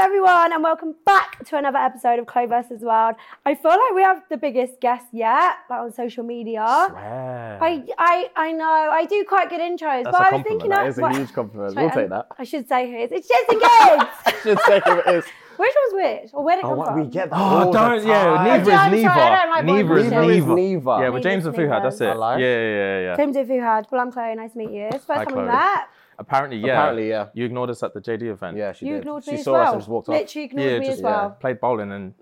everyone, and welcome back to another episode of Chloe versus World. I feel like we have the biggest guest yet, like on social media. Swear. I, I, I know I do quite good intros, That's but a I was compliment. thinking That of- is a well, huge compliment. sorry, We'll take um, that. I should say who it is. It's Jess and Gibbs. Should say who it is. which one's which, or where did it Oh, come what, from? we get that. Oh, all don't, The yeah. time. Neither I'm is sorry, I don't Neva. like boys Neither is with Neither shit. is Neva. neither. Yeah, we're Neva's James and Neva. Fuhad, that's it. Hello. Yeah, yeah, yeah, yeah. James and Fuhad. Well, I'm Chloe. Nice to meet you. It's the first Hi, time we Chloe. met. Apparently, yeah. Apparently, yeah. You ignored us at the JD event. Yeah, she You did. ignored she me as saw well. us and just walked off. Literally ignored Yeah, me just as well. played bowling and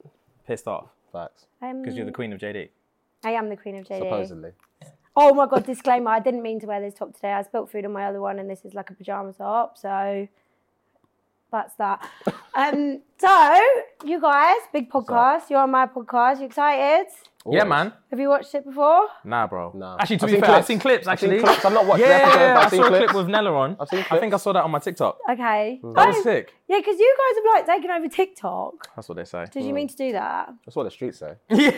pissed off Facts. Um, because you're the queen of JD. I am the queen of JD. Supposedly. Oh my god, disclaimer, I didn't mean to wear this top today. I spilt food on my other one and this is like a pajama top, so that's that. um so you guys, big podcast, you're on my podcast, you excited? Yeah, Always. man. Have you watched it before? Nah, bro. Nah. Actually, to I've be seen fair, I've clips. seen clips. I've seen Actually, clips. I've not watched the yeah, episode, but Yeah, I've I seen saw a clip clips. with Nella on. I've seen I think I saw that on my TikTok. Okay. That Oh, was sick. Yeah, because you guys have like taken over TikTok. That's what they say. Did you mean to do that? That's what the streets say. Yeah.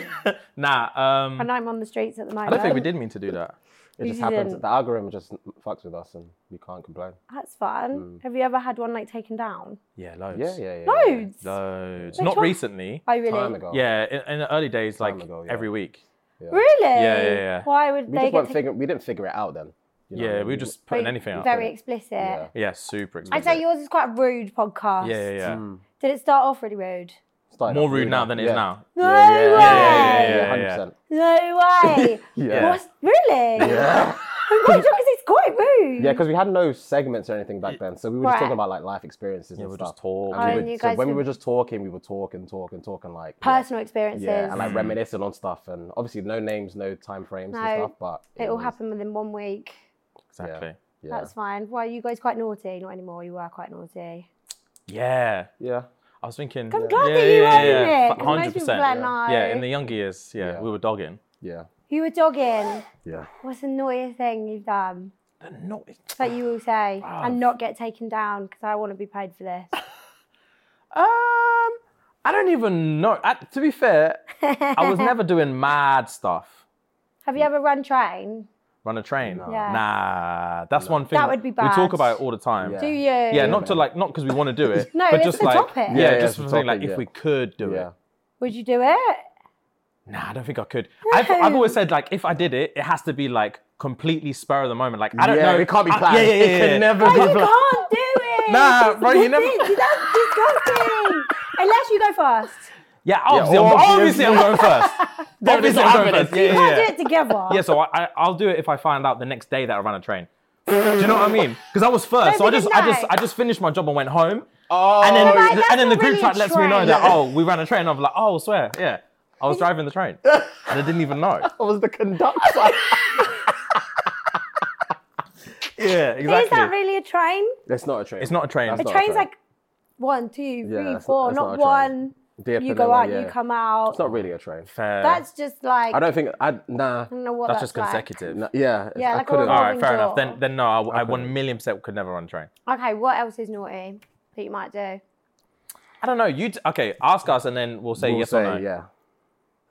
nah. Um, And I'm on the streets at the moment. I don't think we did mean to do that. It just didn't. happens. The algorithm just fucks with us and we can't complain. That's fun. Have you ever had one like taken down? Mm. Yeah, loads. Yeah, yeah, yeah. yeah. Loads. Loads. Like Not tw- recently. Oh really? Time ago. Yeah, in, in the early days, like ago, yeah. every week. Really? Yeah, yeah, yeah. Why would We they just get weren't taken figure, we didn't figure it out then. you know what I Yeah, mean? we were just putting Very- anything out. Very explicit. Yeah. yeah, super I'd expensive. say yours is quite a rude podcast. Yeah, yeah, yeah. Did it start off really rude? Mm. Started More off rude now than it is yeah. now. No way! yeah, yeah, yeah. No way! Yeah. What's, really? Yeah. I'm quite shocked because it's quite rude. Yeah, because we had no segments or anything back then, so we were just Mm-hmm. Right. talking about like life experiences Yeah, and we'll stuff. just talk. Oh, we and would- you so guys when we did- were just talking, we would talk and talk and talk and like yeah. Personal experiences. yeah, and like reminiscing on stuff and obviously no names, no time frames and No, stuff, but it all was- happened within one week. Exactly. Yeah, That's fine. Well, you guys quite naughty. Not anymore. You were quite naughty. Yeah. yeah, I was thinking. I'm glad that you are in it, 'cause most Hundred people percent. are Yeah. like, Yeah, no. in the younger years, yeah, Yeah. we were dogging. yeah, You were dogging. yeah. What's the naughtiest thing you've done No, that you will say and not get taken down? Because I want to be paid for this. um, I don't even know. I, to be fair, I was never doing mad stuff. Have you ever run train? Run a train. Yeah. Nah, that's one thing. That would be We bad. talk about it all the time. Yeah. Do you? Yeah, not to like, not because we want to do it, No, but it's just the like, topic. yeah, Yeah, yeah, just it's for the saying like, topic, if yeah. we could do yeah. it. Would you do it? Nah, I don't think I could. I've, I've always said like, if I did it, it has to be like completely spur of the moment. Like, I don't Yeah, know. it can't be I- planned. yeah, yeah, It yeah, can yeah. never No, be you planned. can't do it. Nah, It's bro, you the never- thing. That's disgusting. Unless you go first. Yeah, obviously, I'm, obviously. obviously I'm going first. obviously I'm going evidence. first. Yeah, You can't yeah, yeah. do it together. Yeah, so I, I, I'll do it if I find out the next day that I ran a train. do you know what I mean? Because I was first, so I but just, then I just, no. I just finished my job and went home. Oh, And then, like, that's and then the not group really chat a lets me know train. that oh, we ran a train. I'm like, oh, swear, yeah, I was driving the train, and I didn't even know. I was the conductor. Yeah, Is that exactly. really a train? it's not a train. It's not a train. That's A not train's train. like one, two, three, four. not, that's- that's not a train. one. Dip You and go then, out, yeah. you come out. It's not really a train. Fair. That's just like I don't think I nah. I don't know what That's that's, just like. consecutive. nah yeah, it's- Mm. Yeah, I like a couldn't. All revolving right, fair enough. door. Then, then no, I, I one million percent could never run a train. Okay, what else is naughty that you might do? I don't know. You t- okay? Ask us, and then we'll say We'll yes say, or no. yeah,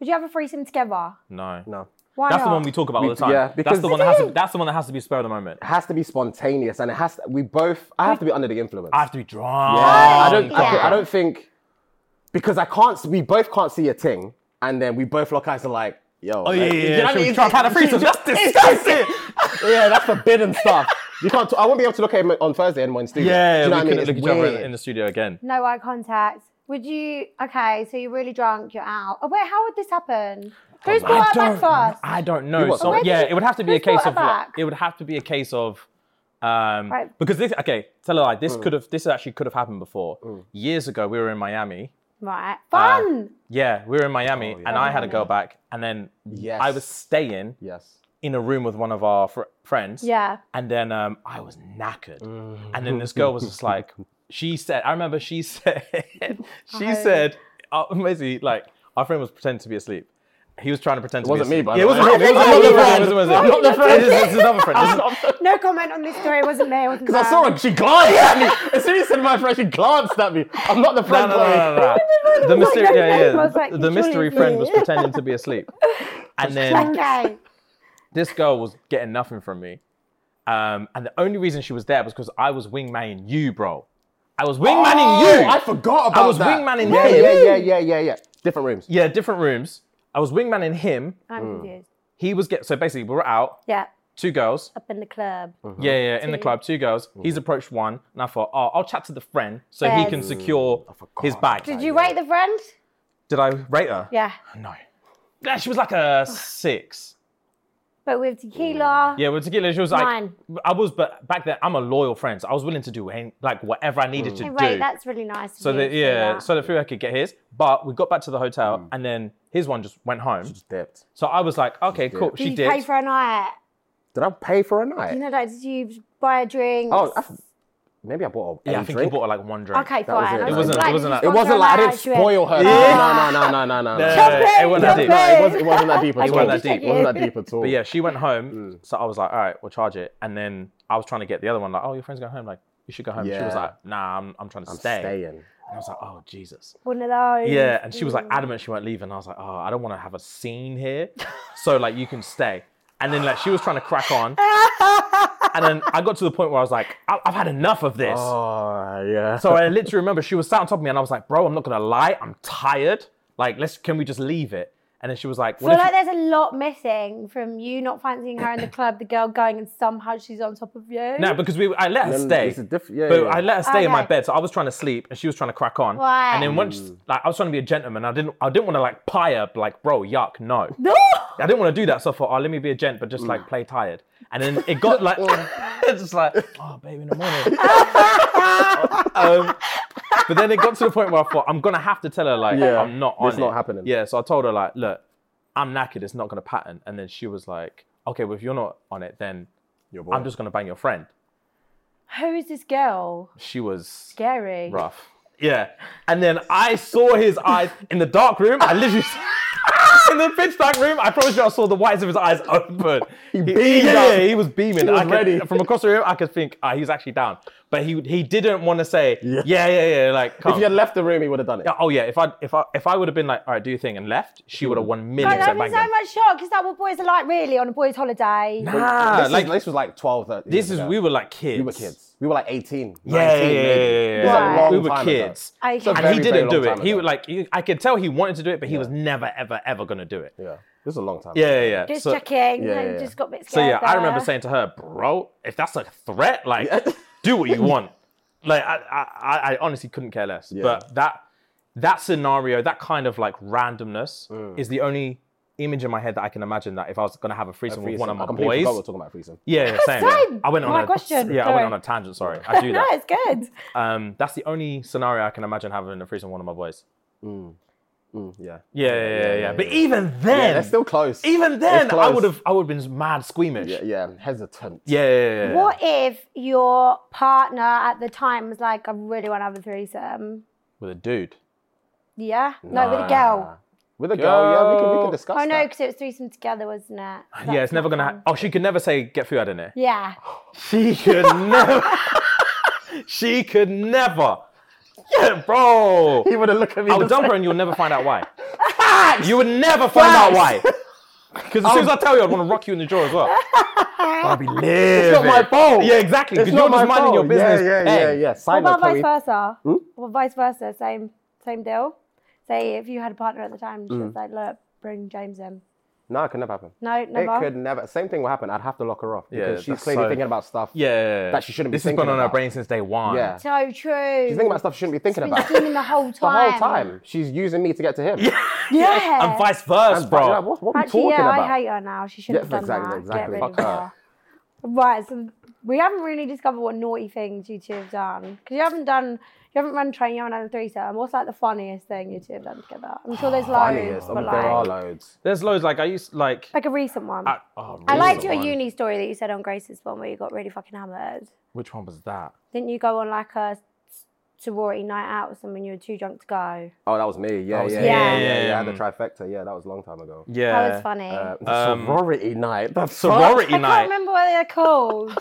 Would you have a threesome together? No. no. Why That's the not? one we talk about all the time. yeah, that's because- the one that has to. That's the one that has to be spur of the moment. It has to be spontaneous, and it has. To, we both. I have to be under the influence. I have to be drunk. I don't. I, yeah. thi- I don't think because I can't. s- We both can't see a thing, and then we both look eyes and like, yo. Oh yeah, yeah. yeah. Should we try and find a threesome? That's disgusting. yeah, that's forbidden stuff. You can't. T- I won't be able to look at him on Thursday and Wednesday. Yeah, Do we you know what I mean? couldn't look It's each other in- weird. in the studio again. No eye contact. Would you? Okay, so you're really drunk. You're out. Oh wait, how would this happen? Who's brought her back first? I don't know. what? So, Where did yeah, you- it would have to be a who's brought case her of like, back? it would have to be a case of um Right. because this okay, tell a lie, this could have this actually could have happened before. Years ago we were in Miami. Uh, Right. Fun. Yeah, we were in Miami and I had a girl back and then Yes. I was staying Yes. in a room with one of our fr- friends. yeah. And then um, I was knackered. Mm. And then this girl was just like, she said, I remember she said, she Oh. said, uh, basically, like, our friend was pretending to be asleep. He was trying to pretend to wasn't be me, asleep. by Yeah, the way. It wasn't Not me. the It friend. wasn't me. It wasn't me. Not the friend. This is- this is another friend. This is- No comment on this story. It wasn't me. It wasn't Because I saw her, she glanced at me. As soon as you said my friend, she glanced at me. I'm not the No, friend. no, no, no, no, no. The mystery, yeah, yeah. The- The mystery friend was pretending to be asleep. And then Okay. this girl was getting nothing from me. Um, and the only reason she was there was because I was wingman you, bro. I was wingmanning Oh, you. I forgot about that. was wingmanning yeah, him. Yeah, yeah, yeah, yeah, yeah. Different rooms. yeah, different rooms. I was wingmanning him. I'm Hmm. confused. He was get so basically we were out, Yeah, two girls. up in the club. Yeah, yeah, in the Uh-huh. Two. club, two girls. He's approached one, and I thought, oh, I'll chat to the friend so he can Friends. secure forgot his about bag. Did you rate the friend? Did I rate her? Yeah, No. Yeah, she was like a six. but with Mm. tequila. Yeah, with tequila, she was like, Nine. I was, but back then, I'm a loyal friend, so I was willing to do any, like whatever I needed to Hey, do. Mm. Right, that's really nice. so that yeah, so that Fuhrer could get his. But we got back to the hotel, Mm. and then his one just went home. Dipped. So I was like, okay, cool. dipped. did She you did. pay for a night? Did I pay for a night? You know, like, did you buy a drink? oh, I f- maybe I bought a, yeah, a I think drink. he bought her like one drink. okay, was fine. it. I It was wasn't- like, it did wasn't you a- It sponsor wasn't a like I night didn't trip? spoil her. Yeah. No, no, no, no, no, No, no. no. Chop it wasn't that chop deep. No, it wasn't, it wasn't that deep at Okay, all. just check It wasn't it. that deep at all. But yeah, she went Mm. home. So I was like, all right, we'll charge it. And then I was trying to get the other one, like, oh, your friend's going home. Like, you should go home. She was Yeah. like, nah, I'm, I'm trying to I'm stay. staying. And I was like, oh, Jesus. One of those. Yeah. And she was like adamant she won't leave. And I was like, oh, I don't want to have a scene here. So, like, you can stay. And then, like, she was trying to crack on. and then I got to the point where I was like, I- I've had enough of this. Oh, yeah. So I literally remember she was sat on top of me and I was like, bro, I'm not going to lie. I'm tired. Like, let's, can we just leave it? And then she was like, I what feel if you- like there's a lot missing from you not fancying her in the club, the girl going and somehow she's on top of you. No, because we I let her Then stay. it's a diff- yeah, but yeah, yeah. I let her stay in my Okay. bed, so I was trying to sleep and she was trying to crack on. Right. And then Mm. once like I was trying to be a gentleman, I didn't I didn't want to like pie up like bro, yuck, no. No. I didn't want to do that, so I thought, oh, let me be a gent, but just Mm. like play tired. And then it got like, it's just like, oh, babe, in the morning. um, but then it got to the point where I thought, I'm gonna have to tell her like, Yeah, I'm not on it's not it. happening. Yeah, so I told her like, look, I'm knackered. It's not gonna pattern. And then she was like, okay, well if you're not on it, then Your boy. I'm just gonna bang your friend. Who is this girl? She was Scary. rough. Yeah. And then I saw his eyes in the dark room. I literally in the pitch dark room. I promise you, I saw the whites of his eyes open. He, beamed yeah, up. yeah, he was beaming. was I could- ready. from across the room, I could think ah, he's actually down, but he he didn't want to say yeah, yeah, yeah. like, If come. you had left the room, he would have done it. Yeah, oh yeah, if I if I if I would have been like, all right, do your thing and left, she would have won God, millions I'd at be banging. so much shocked. Is that what boys are like, really, on a boys' holiday? Ah, Nah, this, like is, this was like 12, 13 this years is ago. we were like kids. We were kids. We were like 18. Yeah, yeah, yeah, 19 maybe. yeah, yeah, It was yeah. a long we were time ago. kids. Okay. It's a And and he very, very didn't do long it. time He ago. would like he, I could tell he wanted to do it, but he was never ever ever gonna do it. Yeah, this is a long time. Yeah, yeah. yeah. Just so, checking. yeah, I yeah, yeah. just got a bit so scared. yeah, I remember there. saying to her, "Bro, if that's a threat, like, do what you want." Like, I, I, I- I honestly couldn't care less. But that that scenario, that kind of like randomness, is the only image in my head that I can imagine that if I was gonna have a threesome, Threesome. with one of my I completely forgot boys, we were talking about threesome. yeah, yeah, same. Same. I went on My a question. Yeah, I Sorry. went on a tangent. Sorry, I do no, that. it's good. Um, that's the only scenario I can imagine having a threesome with one of my boys. Mm, yeah. Yeah, yeah, yeah, yeah. But yeah. even then, they're still close. even then, I close. would have, I would have been mad squeamish. yeah, yeah, hesitant. Yeah, yeah, yeah. What if your partner at the time was like, I really want to have a threesome? With a dude. Yeah? No, with a girl. With a girl, yeah, we can, we Girl. can discuss Oh, no, that. because it was threesome together, wasn't it? yeah, it's never gonna. Ha- oh, she could never say get food out in it. Yeah. She could never. she could never. Yeah, bro. He would have looked at me. I'll the dump her and you'll never find out why. You would never find out why. Because as soon as I tell you, I'd want to rock you in the jaw as well. I'll be livid. It's not my fault. Yeah, exactly. It's Because you're not just my minding your fault. Yeah, business. Yeah, yeah, Hey, yeah, yeah. What Side note, about can vice we- versa? Well, vice versa, same same deal. Say if you had a partner at the time, Mm. she was like, look, bring James in. No, it could never happen. No, never. It could never. Same thing will happen. I'd have to lock her off Yeah, because she's that's clearly so- thinking about stuff. yeah. That she shouldn't be This has been thinking on her about. brain since day one. Yeah. She's So true. thinking about stuff she shouldn't be thinking Been about. scheming the whole The time. whole time. She's using me to get to him. Yeah, Yeah. And vice versa, bro. What, what are we Actually, talking yeah, about? I hate her now. She shouldn't Yeah, have done exactly, that. exactly. Get rid Fuck of her. Right, so we haven't really discovered what naughty things you two have done. Because you haven't done, you haven't run train, you haven't done a threesome. What's like the funniest thing you two have done together? I'm sure there's loads, Funniest. but I mean, like, there are loads. There's loads. Like I used like. like a recent one. Uh, I, oh, I liked recent your one. uni story that you said on Grace's one where you got really fucking hammered. Which one was that? Didn't you go on like a s- sorority night out or something? You were too drunk to go. Oh, that was me. Yeah, That was yeah, you. yeah, yeah, Yeah. yeah, yeah. The Mm. trifecta. Yeah, that was a long time ago. Yeah. That was funny. Uh, Um, sorority night. That's Oh, I Sorority can't night. remember what they're called.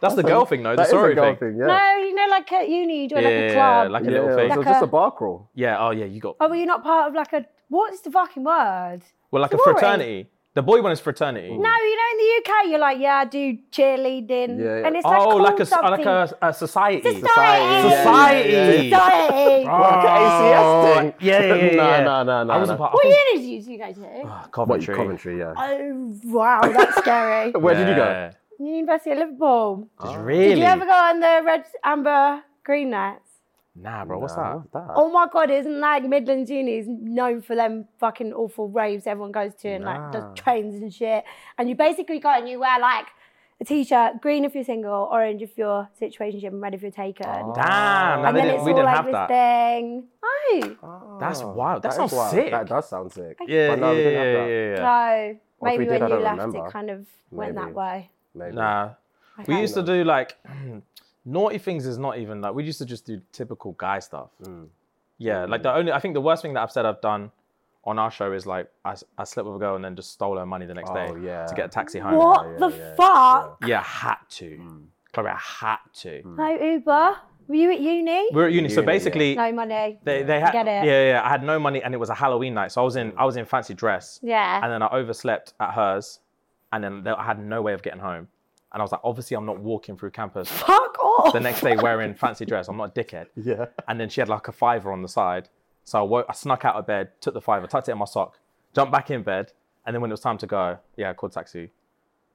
That's the girl thing, though. The That is a sorority girl thing. thing. Yeah. No, you know, like at uni, you join like a club. like a Yeah, little it thing. was Like just a- a bar crawl. yeah. Oh yeah, you got. oh, were you not part of like a. What is the fucking word? Well, like sorority. a fraternity. The boy one is fraternity. No, you know, in the UK, you're like, yeah, I do cheerleading, Yeah, yeah. and it's like Oh, called like a s- something. like a, a society. society. Society. Society. Oh, Like ACS thing. Yeah, yeah, yeah. Nah, yeah. nah, nah, nah, I was nah. a part. Ah, I What think- unit did you, you go to? What, you- Coventry, yeah. Oh, wow, that's scary. Where did you go? Ah. Yeah. University of Liverpool. Just Really? Did you ever go on the red, amber, green nights? Nah, bro. What's Nah, that? what's that? Oh my god, isn't like Midlands Uni is known for them fucking awful raves everyone goes to and like does trains and shit. And you basically go and you wear like a t-shirt, green if you're single, orange if you're situationship, and red if you're taken. Oh. Damn. nah, and they then didn't, it's we all didn't like have this that. thing. Oh. That's wild. That, is sounds wild. sick. Ah. That does sound sick. yeah, But no, we yeah, didn't have yeah, that. yeah, yeah. So Or if we maybe did, when I you don't left, remember. it kind of went Maybe. that way. Maybe. Nah. We Okay. used to do like naughty things is not even like we used to just do typical guy stuff. Hmm. Yeah, like the only I think the worst thing that I've said I've done on our show is like I, s- I slept with a girl and then just stole her money the next day Oh, yeah. to get a taxi home. What the fuck? Yeah, had to. Mm. Chloe, I had to. No Uber? Were you at uni? We were at uni, so Uni, yeah. basically no money. they, they had Get yeah it. yeah I had no money and it was a Halloween night, so I was Mm. in I was in fancy dress. Yeah. and then I overslept at hers, and then they- I had no way of getting home. And I was like, obviously, I'm not walking through campus Fuck off. the next day wearing fancy dress. I'm not a dickhead. Yeah. And then she had like a fiver on the side. So I, woke, I snuck out of bed, took the fiver, tucked it in my sock, jumped back in bed. And then when it was time to go, yeah, I called taxi.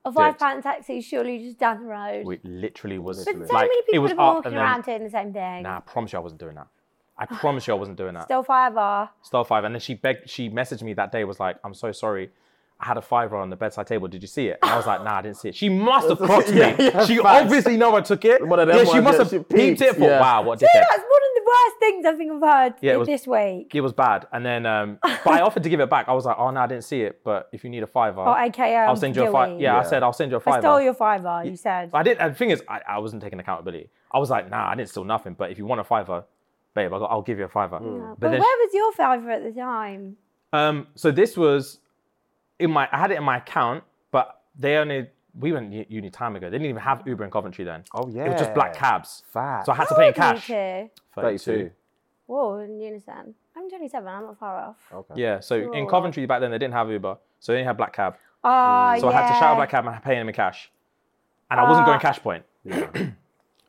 a five dipped. pound taxi, surely just down the road. We literally was but so like, many it people was have been up walking and around then, doing the same thing. nah, I promise you I wasn't doing that. I promise you I wasn't doing that. Still fiver. Star five. And then she begged, she messaged me that day, was like, I'm so sorry. I had a fiver on the bedside table. Did you see it? And I was like, nah, I didn't see it. She must have clocked me. Yeah, yeah, she facts. obviously know I took it. One of them yeah, she ones must have that she peeped, it peeped, for yeah. wow, what a Dude, dickhead. that's one of the worst things I think I've heard Yeah, it was- this week. It was bad. And then um, but I offered to give it back. I was like, oh no, I didn't see it. But if you need a fiver, Oh, AKA, I'll I'm send you a still fiver. eating. Yeah, I Yeah. said I'll send you a I fiver. stole your fiver, you said. I didn't. and The thing is, I, I wasn't taking accountability. I was like, nah, I didn't steal nothing. But if you want a fiver, babe, I'll, I'll give you a fiver. Hmm. but then where was your fiver at the time? Um, so this was in my. I had it in my account, but they only we went u- uni time ago. They didn't even have Uber in Coventry then. Oh, yeah. It was just black cabs. Facts. So I had to How pay in old were you cash. two? 32. Whoa, in unison. I'm 27, I'm not far off. Okay. Yeah. So in Coventry back then they didn't have Uber, so they only had black cab. Ah, mm. So yeah. Ah. I had to shout black cab and pay him in cash, and I wasn't going cash point.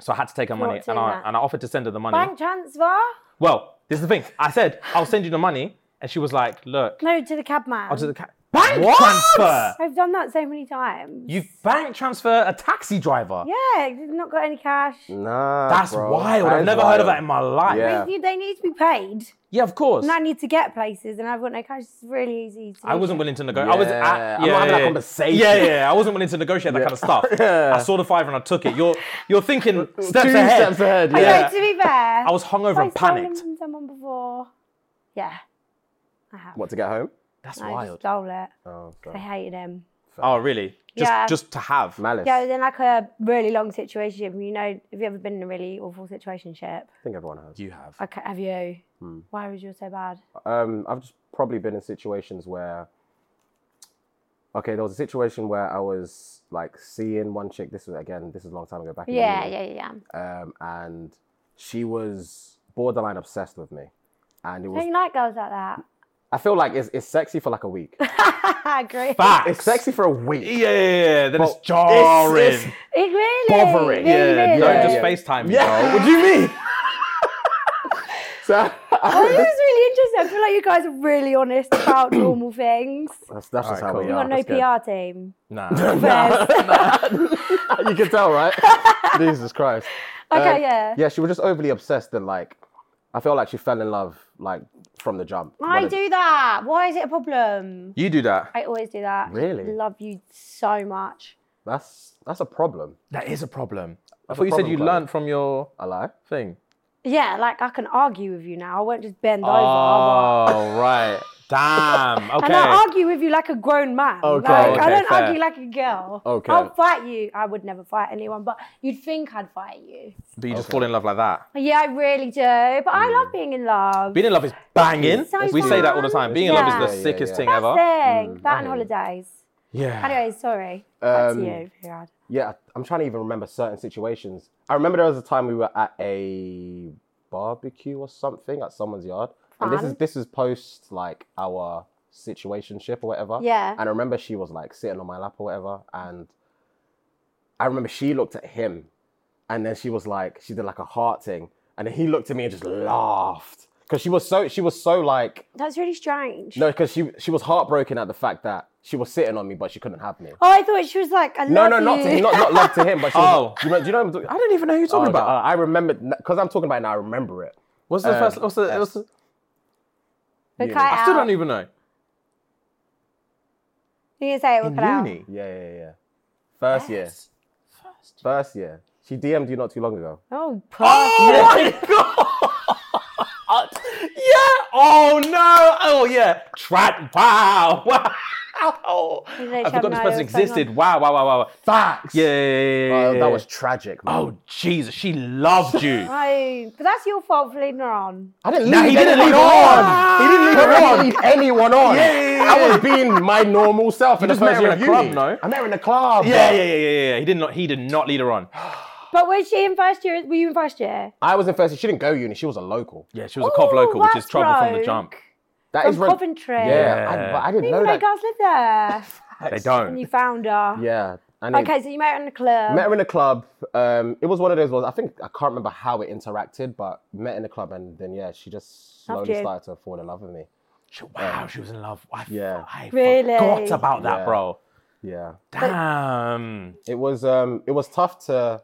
so I had to take her money, doing and I, that. and I offered to send her the money. Bank transfer? Well, this is the thing. I said I'll send you the money, and she was like, "Look, No, to the cabman. I'll do Oh, the ca- bank What? transfer. I've done that so many times. You bank transfer a taxi driver. Yeah, you've not got any cash. Nah. That's bro. wild. That I've is never heard of wild. that in my life. Yeah. If you- They need to be paid. Yeah, of course. And I need to get places, and I've got no cash. It's really easy. To I wasn't willing to negotiate. I was. Yeah, at, I'm not having that conversation. Yeah, yeah, yeah. I wasn't willing to negotiate that kind of stuff. Yeah. I saw the fiver and I took it. You're, you're thinking steps Two ahead. steps ahead, Okay, yeah. Yeah. to be fair, I was hungover and panicked. From someone before. Yeah, I have. What, to get home? That's I wild. just stole it. Oh, I God. hated him. Oh, really? Just, Yeah. just to have. Malice. Yeah, it was in like a really long situation. You know, have you ever been in a really awful situation? I think everyone has. You have. Okay, have you? Why was yours so bad? um, I've just probably been in situations where, okay, there was a situation where I was like seeing one chick. This was again, this is a long time ago, back in the Yeah, uni, yeah, yeah, yeah. Um, and she was borderline obsessed with me, and it Don't was. you like girls like that? I feel like it's, it's sexy for like a week. I agree. Facts. it's sexy for a week. Yeah, yeah, yeah. Then it's But jarring. it's- it's- It really. Bothering. really, yeah, really. don't just Yeah. FaceTime me, Yeah. bro. What do you mean? so Oh, this is really interesting. I feel like you guys are really honest about normal things. that's, that's just how cool. we You You are. got no That's good. PR team. Nah. Best. you can tell, right? Jesus Christ. Okay, Um, yeah. Yeah, she was just overly obsessed and like, I feel like she fell in love like from the jump. I Wanted- do that. Why is it a problem? You do that. I always do that. Really? Love you so much. That's that's a problem. That is a problem. I That's thought a you said problem, you Chloe. learned from your A lie. thing. Yeah, like I can argue with you now. I won't just bend Ah, over. Oh, right. Damn. Okay. And I argue with you like a grown man. Okay, like, I okay, don't fair. argue like a girl. Okay. I'll fight you. I would never fight anyone, but you'd think I'd fight you. But you just fall in love like that. But yeah, I really do. But I love Mm. being in love. Being in love is banging. So we say that all the fun. time. Being in love is the Yeah, yeah, sickest yeah. thing That's ever. it. Mm, That and holidays. Yeah. Anyway, sorry. Back to Um, you. Farhad. Yeah, I'm trying to even remember certain situations. I remember there was a time we were at a barbecue or something at someone's yard, and this Fun. is this is post like our situationship or whatever. Yeah. And I remember she was like sitting on my lap or whatever, and I remember she looked at him, and then she was like, she did like a heart thing, and then he looked at me and just laughed because she was so she was so like That's really strange. no because she she was heartbroken at the fact that she was sitting on me but she couldn't have me. Oh, I thought she was like, I No, love no, not to you. him, not not love to him, but she was, Oh. do you know, do you know? What I'm talking- I don't even know who you're talking Oh, okay. about. Uh, I remember because I'm talking about it now. I remember it. What's the Um, first? What's the? What's the We'll Yeah. cut it I still out. don't even know. You can say it, we'll cut it out. Uni. Yeah, yeah, yeah. First year, Yes. First. first year. She DM'd you not too long ago. Oh, Oh my god! yeah. Oh no. Oh yeah. Trap. Wow. Wow. Oh, like, I Gemini forgot this or person something. existed. Wow. Wow. Wow. Wow. Facts. Yeah. yeah, yeah, Oh, yeah, that yeah. was tragic. Man. Oh Jesus, she loved you. no. But that's your fault for leading her on. I didn't Nah, leave. he didn't lead anyone on. He didn't leave her on. Lead anyone on. Yeah, yeah, yeah, I was being my normal self in the just met first her year in of a club, uni. no? I met her in a club. yeah, but yeah, yeah, yeah, yeah. He did not. He did not lead her on. But was she in first year? Were you in first year? I was in first. year. She didn't go uni. She was a local. Yeah, she was a cop Ooh, local, which is that's trouble from the rogue. jump. That From is re- Coventry. Yeah, I, Yeah. but I I didn't didn't know even know that. girls lived there. They and don't. you found her. Yeah. And it- Okay, so you met her in the club. Met her in a club. Um, it was one of those ones. I think I can't remember how it interacted, but met in a club, and then yeah, she just Loved slowly you. started to fall in love with me. She- wow, she was in love. I, Yeah. I Really? forgot about that, Yeah. bro. Yeah, Damn. it was um, it was tough to,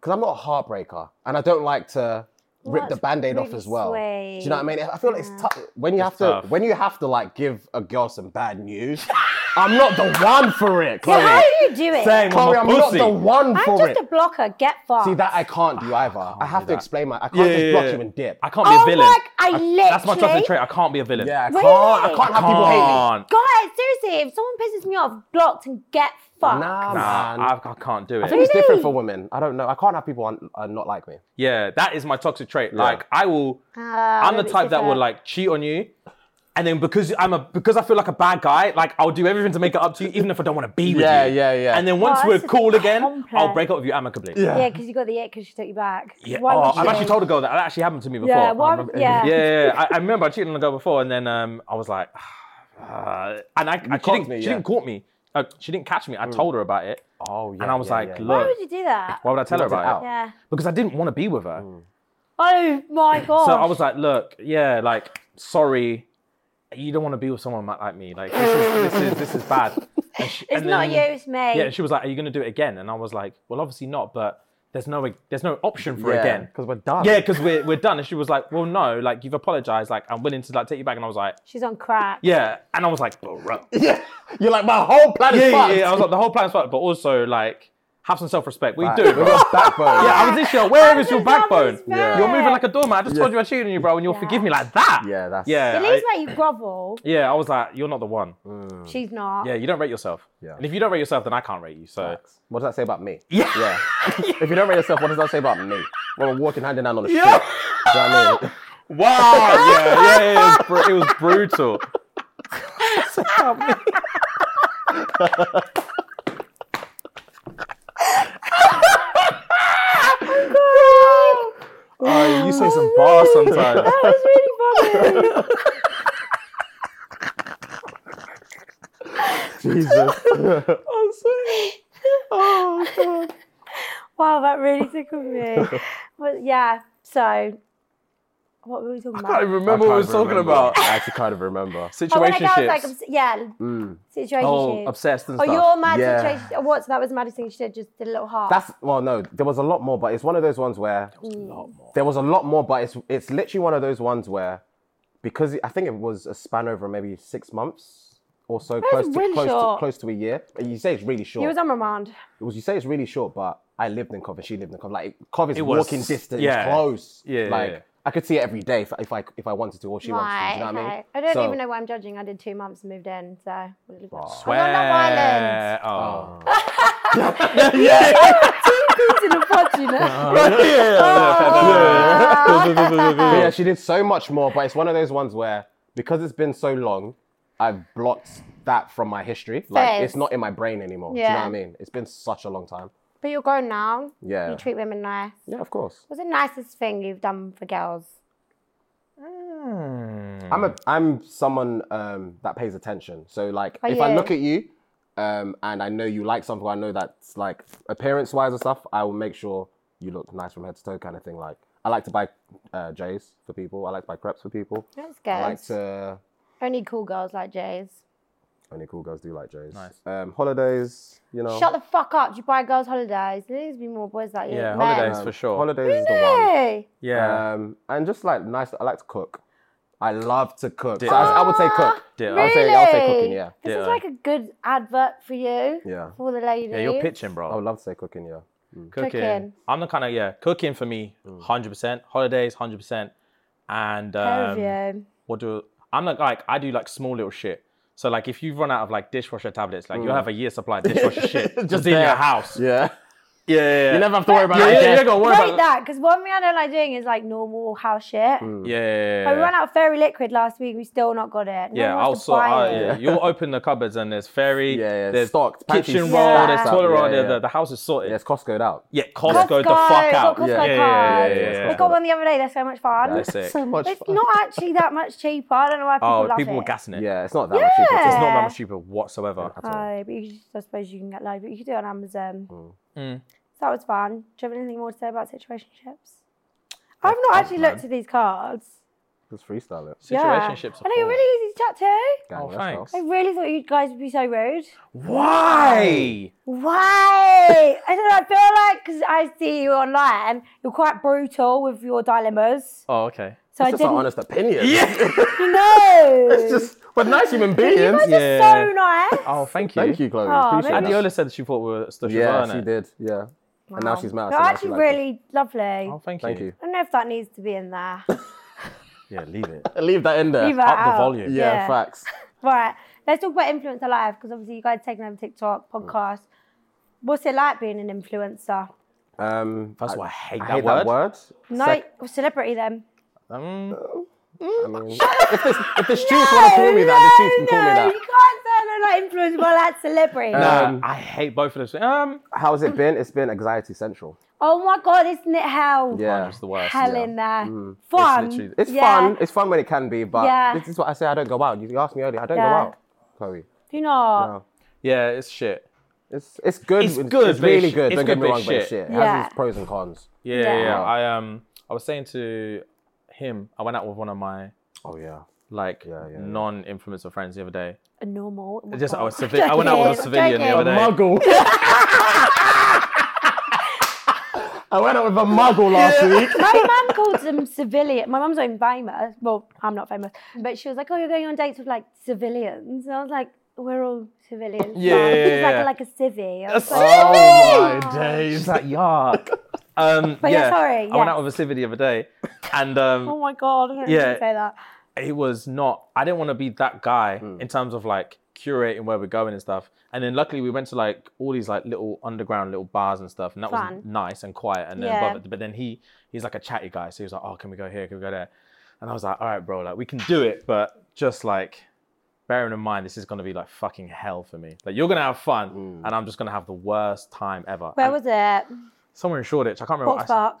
because I'm not a heartbreaker, and I don't like to rip Well, the that's Band-Aid off really as well. Do you know what I mean? I feel like it's tough when you have to tough. when you have to like give a girl some bad news. I'm not the one for it, So Chloe. how do you do it? Same. Chloe, I'm I'm a not pussy. the one I'm for just it. a blocker. Get far. See that I can't do either. I, have to that. explain my. I can't Yeah, just yeah, block yeah. you and dip. I can't be Oh a villain. my! I literally. That's my trusted trait. I can't be a villain. yeah, I Really? can't. I can't have people hate me. Can't. Guys, seriously, if someone pisses me off, blocked and get fucked. Nah, man. Nah, I, I can't do I think it. it's different for women. I don't know. I can't have people un- uh, not like me. Yeah, that is my toxic trait. Like I will. Ah, I'm the type that will like cheat on you, and then because I'm a because I feel like a bad guy, like I'll do everything to make it up to you, even if I don't want to be with Yeah, you. yeah, yeah. And then once Oh, we're that's a cool again, I'll complex. break up with you amicably. Yeah, because you got the it because she took you back. Yeah. Why Oh, would I've she? actually told a girl that. That actually happened to me before. Yeah, why- yeah. yeah, yeah, yeah. I, I remember I cheated on a girl before, and then um, I was like, ah, and I, I she, caught didn't, me, she yeah. didn't caught me. Uh, she didn't catch me. I told her about it. Oh yeah. And I was like, yeah. Why look, would you do that? why would I tell her wanted about it? out. Yeah. Because I didn't want to be with her. Oh my god. So I was like, look, yeah, like, sorry, you don't want to be with someone like me. Like, this is this is, this is bad. And she- It's and not then- you, it's me. Yeah, and she was like, are you gonna do it again? And I was like, well, obviously not, but there's no there's no option for yeah, again. because we're done. Yeah, because we're, we're done. And she was like, well, no, like you've apologized, like I'm willing to like take you back. And I was like, She's on crack. yeah. And I was like, bro. Yeah, yeah. You're like my whole plan is yeah, yeah, fucked. I was like, the whole plan's fucked, but also like have some self-respect. What are you Like, doing, we bro? lost backbone. Yeah, I was literally like, where is your That's backbone? self-respect. You're moving like a doormat. I just Yeah. told you I cheated on you, bro, and you'll Yeah. forgive me like that. Yeah, that's- yeah. At I- least where you grovel, yeah, I was like, you're not the one. she's not. Mm. Yeah, you don't rate yourself. Yeah. And if you don't rate yourself, then I can't rate you. So What does that say about me? Yeah. Yeah. if you don't rate yourself, what does that say about me? Well, we're walking hand in hand on the Yeah. street. Do you know what I mean? Wow, yeah, yeah, yeah, it was, br- it was brutal. Oh, you say some bars sometimes. That was really funny. Jesus. wow, that really tickled me. But yeah, so what were we talking I can't even about? remember what we was can't talking remember. about. I actually can't even remember. Oh, when I was like, Situationships. obs- yeah, situation. Oh, obsessed and Oh, stuff. your mad Yeah. situation. Oh, what? So that was the maddest thing she did. Just did a little heart. That's well, no, there was a lot more, but it's one of those ones where there was a lot more, but it's it's literally one of those ones where because it- I think it was a span over maybe six months or so, close to, really close, to, short. close to a year. And You say it's really short. he was on remand. it was you say it's really short, but I lived in Cov and she lived in Cov. Like Cov is It was- walking distance, yeah. close. Yeah, yeah, like yeah. I could see it every day if, if I if I wanted to or she Right. wanted to. Do you know okay. what I mean? I don't So- even know why I'm judging. I did two months and moved in, so. Swear. I'm on Love Island. Oh. He's in a pod, you know. But yeah, she did so much more, but it's one of those ones where because it's been so long, I've blocked that from my history. Like Fizz. it's not in my brain anymore. Do you Yeah. know what I mean? It's been such a long time. But you're grown now. Yeah. You treat women nice. Yeah, of course. What's the nicest thing you've done for girls? Hmm. I'm a I'm someone um, that pays attention. So like Are if I you? look at you um, and I know you like something, I know that's like appearance wise and stuff, I will make sure you look nice from head to toe kind of thing. Like I like to buy uh, J's for people. I like to buy crepes for people. That's I like good. to Only cool girls like Jay's. only cool girls do like J's. Nice. Um, holidays, you know. Shut the fuck up. You buy girls holidays. There needs to be more boys like you. Yeah, Men. holidays. um, for sure. Holidays is the one. Hey. Yeah. Um, and just like nice, I like to cook. I love to cook. So Ditto. I, I would say cook. Ditto. I would say I would say cooking. Really? Yeah, This Yeah. is like a good advert for you. Yeah. For the ladies. yeah, you're pitching, bro. I would love to say cooking. Yeah. Mm. cooking. Cooking. I'm the kind of yeah, cooking for me, hundred percent. Holidays, hundred percent. And Hell um, yeah. what do I'm like, like I do like small little shit. So like if you run out of like dishwasher tablets, like you'll have a year supply of dishwasher shit just, in there. your house. Yeah. Yeah, yeah, yeah. You never have to worry Oh, about yeah, that yeah, again. you gotta worry Rate about that, because one thing I don't like doing is like normal house shit. Hmm. Yeah, yeah, yeah, I ran yeah. out of fairy liquid last week. We still not got it. No Yeah, one I'll wants to sort. buy I'll- it. yeah, You'll open the cupboards and there's fairy. Yeah, yeah, There's stocked, pantry kitchen roll. stocked There's up, toilet roll. yeah, the- yeah. The, the house is sorted. Yeah, it's Costco'd out. Yeah, Costco, the Costco, fuck out. got Costco Yeah, yeah, yeah, yeah, cards. yeah, yeah. We got one the other day. They're so much fun. That's sick. So much It's fun. not actually that much cheaper. I don't know why people Oh, love people it. were gassing it. Yeah, it's not that much cheaper. Yeah. It's It's not that Yeah. much cheaper whatsoever. not at all. Oh, but you just, I suppose you can get loads, but you could do it on Amazon. Mm. So that was fun. Do you have anything more to say about situationships? I've not actually man. looked at these cards. Just freestyle it. Yeah. Situationships. I know you're really easy to chat to. Gang, Oh, let's thanks. I go. really thought you guys would be so rude. Why? Why? I don't know. I feel like because I see you online, you're quite brutal with your dilemmas. Oh, okay. So I It's just an didn't honest opinion. know. it's just, but nice human beings. That's just Yeah. so nice. Oh, thank you. Thank you, Chloe. Aw, Appreciate maybe- that. Adiola said that she thought we were stush Yeah, as well, she innit? did. Yeah. And now she's mad. They're so now she actually likes it. really lovely. Oh, thank you. Thank you. I don't know if that needs to be in there. Yeah, leave it. Leave that in there. Leave it Up the out. volume. Yeah, Yeah. facts. Right, let's talk about influencer life because obviously you guys taking over TikTok, Mm. podcast. What's it like being an influencer? Um, First of all, I hate, I that, hate word. that word. No, Sec- celebrity then. Um, I mean, if the, if the students want to call me that, the students can Mm. no, call me you can't say I'm not like influencer, but like celebrity. Uh, nah, Um, I hate both of those. Um, that. How's it been? It's been anxiety central. oh my god, isn't it hell? Yeah. Mm. just the worst. Hell yeah. in there. Fun. It's literally- It's Yeah. fun. It's fun when it can be, but Yeah. this is what I say. I don't go out. You asked me earlier. I don't go Yeah. out, Chloe. Do not. No. Yeah, it's shit. It's it's good. It's when- good, It's but it's really sh- good. it's don't good, but get me wrong, it's but it's shit. shit. It Yeah. has its pros and cons. Yeah, yeah, yeah. Yeah. I um, I was saying to him, I went out with one of my Oh yeah. like Yeah, yeah, yeah. non-influencer friends the other day. A normal. Oh my Just I God. was civi- I went out with a Joking, civilian the joking. other day. muggle. I went out with a muggle last week. My mum called them civilian. My mum's not even famous. Well, I'm not famous, but she was like, "Oh, you're going on dates with like civilians," and I was like, "We're all civilians." Yeah, Mum." yeah, It's yeah. like like a civvy. I was like, Oh my She's days. like, yuck. Um, But yeah, sorry, I went yeah. out with a civvy the other day, and um, oh my god! I don't Yeah. yeah. say that. it was not i didn't want to be that guy Hmm. in terms of like curating where we're going and stuff and then luckily we went to like all these like little underground little bars and stuff and that Fun. was nice and quiet and then Yeah. but, but then he he's like a chatty guy so he was like oh can we go here can we go there and i was like all right bro like we can do it but just like bearing in mind this is going to be like fucking hell for me like you're going to have fun Hmm. and i'm just going to have the worst time ever Where And was it? somewhere in shoreditch i can't remember Box Oh, I, Park.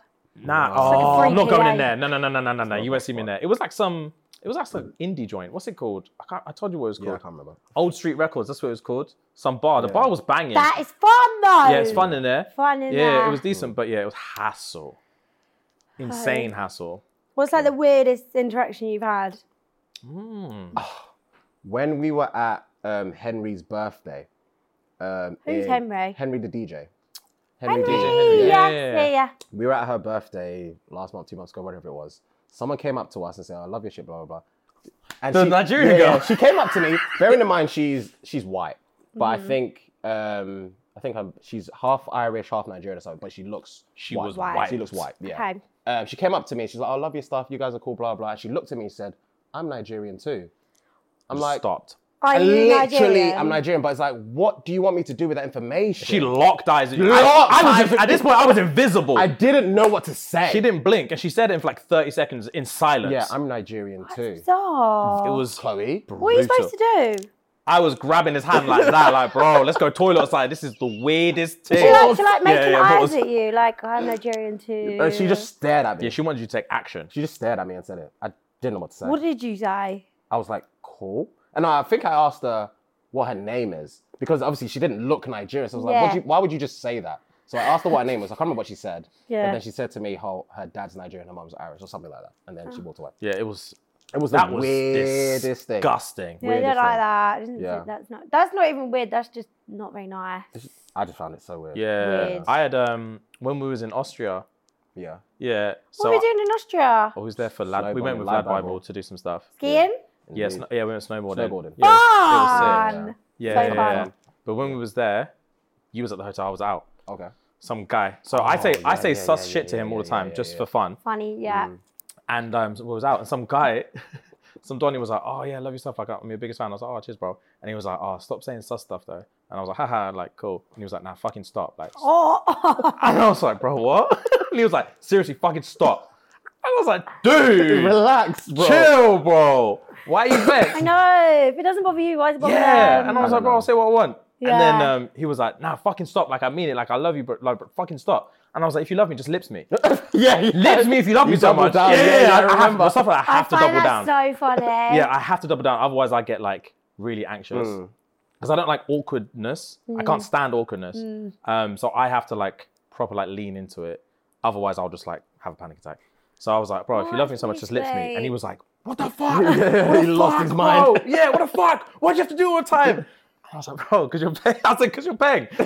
Nah, It's like a oh, free I'm not going PA. in there. No, no, no, no, no, no, no. You won't see me in there. It was like some. It was like some indie joint. What's it called? I, can't, I told you what it was Yeah, I called. can't remember. Old Street Records. That's what it was called. Some bar. The Yeah. bar was banging. That is fun though. yeah, it's fun in there. Fun in yeah, there. it Hmm. was decent, but yeah, it was hassle. Insane hassle. What's like the weirdest interaction you've had? Hmm. when we were at um, Henry's birthday. Um, Who's in- Henry? Henry the DJ. Henry, Yeah, Yeah, yeah, yeah, yeah. yeah. We were at her birthday last month, two months ago, whatever it was. Someone came up to us and said, "I love your shit," blah blah blah. And The Nigerian girl. she came up to me. Bearing in mind, she's she's white, but I Mm-hmm. think um, I think I'm, she's half Irish, half Nigerian or something. But she looks She white. was White. white. She looks white. Yeah. Okay. Um, she came up to me. She's like, "I love your stuff. You guys are cool." Blah blah. She looked at me and said, "I'm Nigerian too." I'm like, stopped. Are I you literally, Nigerian? I'm Nigerian, but it's like, what do you want me to do with that information? She locked eyes. with you. Locked I, I was, eyes. at this point, I was invisible. I didn't know what to say. she didn't blink, and she said it for like 30 seconds in silence. Yeah, I'm Nigerian too. Stop. It was. Chloe. what are you brutal. supposed to do? I was grabbing his hand like that, like, bro, let's go toilet outside. This is the weirdest thing. She like, she like making but it eyes was- at you, like I'm Nigerian too. Uh, she just stared at me. Yeah, she wanted you to take action. She just stared at me and said it. I Didn't know what to say. What did you say? I was like, cool. And I think I asked her what her name is because obviously she didn't look Nigerian. So I was like, Yeah. Would you, why would you just say that? So I asked her what her name was. I can't remember what she said. Yeah. But then she said to me how her dad's Nigerian, her mom's Irish, or something like that. And Ah. then she walked away. Yeah, it was. It was That the was weirdest thing. disgusting. Yeah, I don't weirdest like thing. that. I didn't Yeah. think that's not. That's not even weird. That's just not very nice. I just found it so weird. Yeah, Weird. I had um when we was in Austria. Yeah. Yeah, What so Oh, are we doing in Austria? I was there for lad. We went Snowboarding, with Lad Lad Bible. Bible to do some stuff. Skiing? Yes, Indeed. yeah, we went snowboarding. Snowboarding. Yeah, it was- it was sick. Fun. Yeah, Ah, So yeah, yeah. fun. But when we was there, you was at the hotel. I was out. Okay. Some guy. So I say I yeah, say yeah, sus yeah, shit yeah, to him yeah, all the yeah, time yeah, just yeah. for fun. Funny, yeah. And um, so we was out, and some guy, some Donny was like, "Oh yeah, love your stuff. Like I'm your biggest fan." I was like, "Oh, cheers, bro." And he was like, "Oh, stop saying sus stuff though." And I was like, "Haha, like cool." And he was like, "Nah, fucking stop." Like, Oh, and I was like, "Bro, what?" and he was like, "Seriously, fucking stop." And I was like, "Dude, Relax, bro. chill, bro. Why are you I vexed?" know. If it doesn't bother you, why does it bother Yeah. them? And I was I like, bro, know. I'll say what I want. And then Yeah. um, he was like, nah, fucking stop. Like, I mean it. Like, I love you, but like, bro, fucking stop. And I was like, if you love me, just lips me. yeah, yeah. lips me if you love me so double much. down. Yeah, yeah, I have- remember. but stuff like that, I I have to find double that down. so funny. yeah, I have to double down. Otherwise, I get like really anxious. Mm. Because I don't like awkwardness. I can't stand awkwardness. Um, so I have to like proper like lean into it. Otherwise, I'll just like have a panic attack. So I was like, bro, if you What love me did so much, he just lips me. And say? he was like, what the fuck? he lost his mind. Bro, yeah, what the fuck? Why'd you have to do it all the time? I was like, bro, because you're paying. I was like, because you're paying. No,